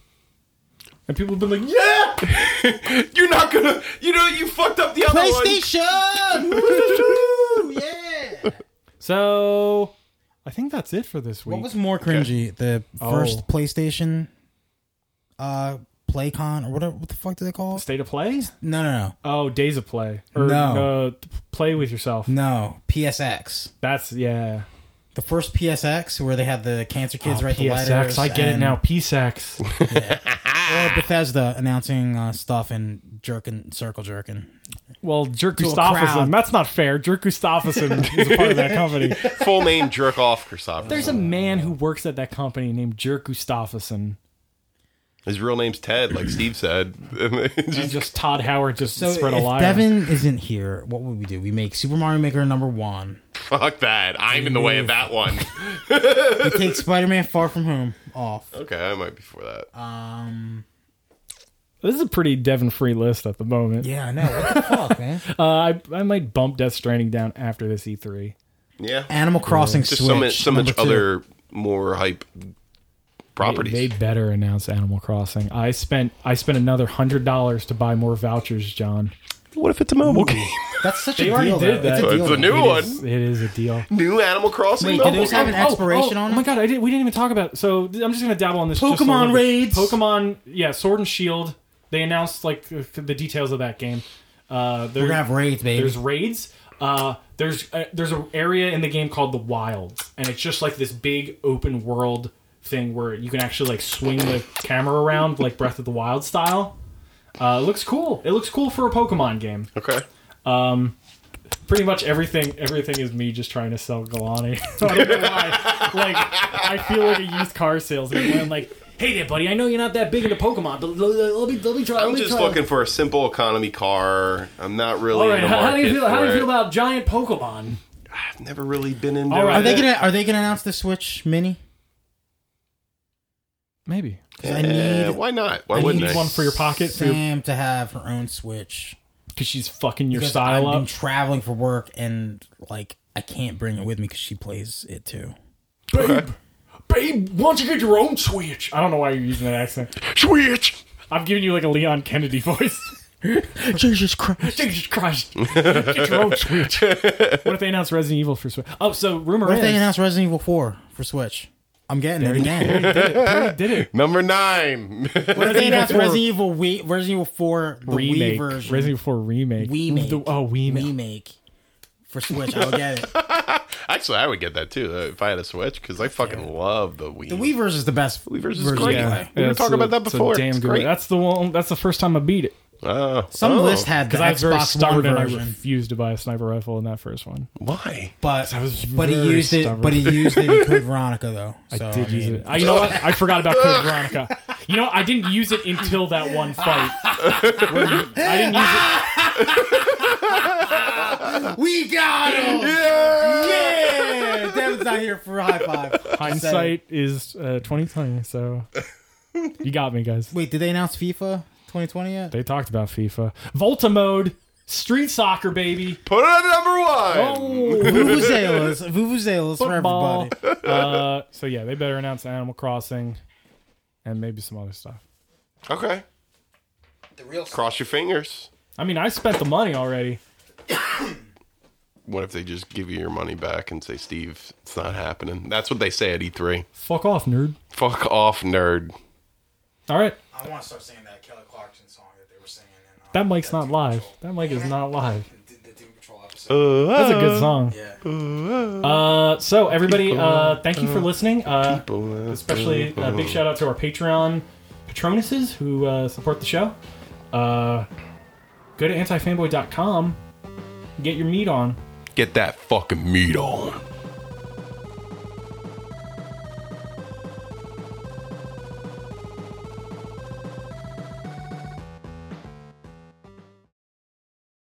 and people have been like, "Yeah,
you're not gonna, you know, you fucked up the other
PlayStation! yeah!
So I think that's it for this week.
What was more cringy? The first
Oh.
PlayStation uh, PlayCon or whatever? What the fuck do they call it?
State of play?
No, no,
Oh, days of play. Or,
No.
uh, play with yourself.
no. No, PSX.
That's yeah.
The first PSX where they had the cancer kids
Oh,
write the
PSX.
letters.
I get it
and-
now. PSX.
Or uh, Bethesda announcing uh, stuff and jerking, circle jerking.
Well, Jerk
a
Gustafsson.
crowd.
That's not fair. Jerk Gustafsson is a part of that company.
Full name jerk off Krasov.
There's a man who works at that company named Jerk Gustafsson.
His real name's Ted, like Steve said.
And just Todd Howard just
So
spread a
if
lie.
Devin isn't here, what would we do? We make Super Mario Maker number one.
Fuck that. I'm in the way of that one.
We take Spider Man Far From Home off.
Okay, I might be for that.
Uh, This is a pretty Devin free list at the moment.
Yeah, I know. What the fuck, man?
Uh, I, I might bump Death Stranding down after this E E3.
yeah.
Animal Crossing
Just
Switch.
so much, so much
number two.
other more hype properties.
They better announce Animal Crossing. I spent I spent another hundred dollars to buy more vouchers, John.
what if it's a mobile game?
That's such
They
a
already
deal. though.
did that.
It's a,
It's
deal
a
though.
new
It
one.
is.
It is a deal.
New Animal Crossing
Wait, do
mobile
those have an
game?
expiration
oh,
on
Oh
it?
my god, I did, we didn't even talk about. So th- I'm just gonna dabble on this. just a
Pokemon
little bit.
raids.
Pokemon, yeah, Sword and Shield. They announced like th- the details of that game. Uh,
We're
there,
gonna have raids, baby.
there's raids. Uh, there's uh, there's an area in the game called the Wilds, and it's just like this big open world thing where you can actually like swing the camera around like Breath of the Wild style. Uh, it looks cool. It looks cool for a Pokemon game.
Okay.
Pretty much everything everything is me just trying to sell Galani. I don't know why. Like I feel like a used car salesman. When I'm like, hey there, buddy. I know you're not that big into Pokemon, but let, let- let me let me try.
I'm
let me
just
try.
looking for a simple economy car. I'm not really
All
in
right,
the
how,
market
how do you feel?
for
How do you
it.
feel about giant Pokemon?
I've never really been into
All right.
it.
are they gonna Are they gonna announce the Switch Mini?
Maybe.
'Cause I
Eh,
need
why not? Why
I
wouldn't
need
they?
one for your pocket for your
Sam to have her own Switch.
because she's fucking your
Because
style
I've been
up.
traveling for work and like I can't bring it with me because she plays it too.
Babe, babe, why don't you get your own Switch? I don't know why you're using that accent.
Switch.
I'm giving you like a Leon Kennedy voice.
Jesus Christ!
Jesus Christ, get your own Switch. What if they announce Resident Evil for Switch? Oh, so rumor
What
is
if they announced Resident Evil Four for Switch? I'm getting it again.
they did it.
Number nine.
what if they announced
Evil 4
Resident Evil we- Resident Evil Four the Wii
Remake.
version?
Resident Evil 4 remake.
Wii
The-
make.
oh, Wii make.
Wii make for Switch. I'll get it.
Actually, I would get that too uh, if I had a Switch because I fucking love the Wii.
The Wii version is the best. Wii
version's great.
Yeah,
We were
it's
talking
a-
about that
it's a
before.
damn
It's
good-
great.
That's the one. That's the first time I beat it
Oh.
Some
Oh.
list had the
because I was very
Xbox One
stubborn and I
version,
refused to buy a sniper rifle in that first one.
Why?
but
was
but he
very
used it.
stubborn.
But he used it in Code Veronica though. So,
I did use
mean,
it. I, you know what? I forgot about Code Veronica. You know, I didn't use it until that one fight. Where you- I didn't use it.
We got him.
Oh,
Yeah.
Yeah, Devin's not here for a high five. Just saying.
Hindsight is uh, twenty twenty. So you got me, guys.
Wait, did they announce FIFA 2020 yet?
They talked about FIFA, Volta mode, street soccer, baby.
Put it at number one.
Oh,
Vuvuzelas, vuvuzelas for
football.
everybody.
Uh, so yeah, they better announce Animal Crossing, and maybe some other stuff.
Okay.
The real
Cross your fingers.
I mean, I spent the money already.
What if they just give you your money back and say, Steve, it's not happening? That's what they say at E3.
Fuck off, nerd.
Fuck off, nerd.
All right,
I want to start singing that Kelly Clarkson song that they were singing. In, uh,
that mic's not live. That mic is not live.
The Doom Patrol episode.
That's a good song.
yeah.
Uh, so everybody, uh, thank you for listening. Uh, especially uh, big shout out to our Patreon patronuses who uh, support the show. Uh, go to antifanboy.com, get your meat on.
Get that fucking meat on.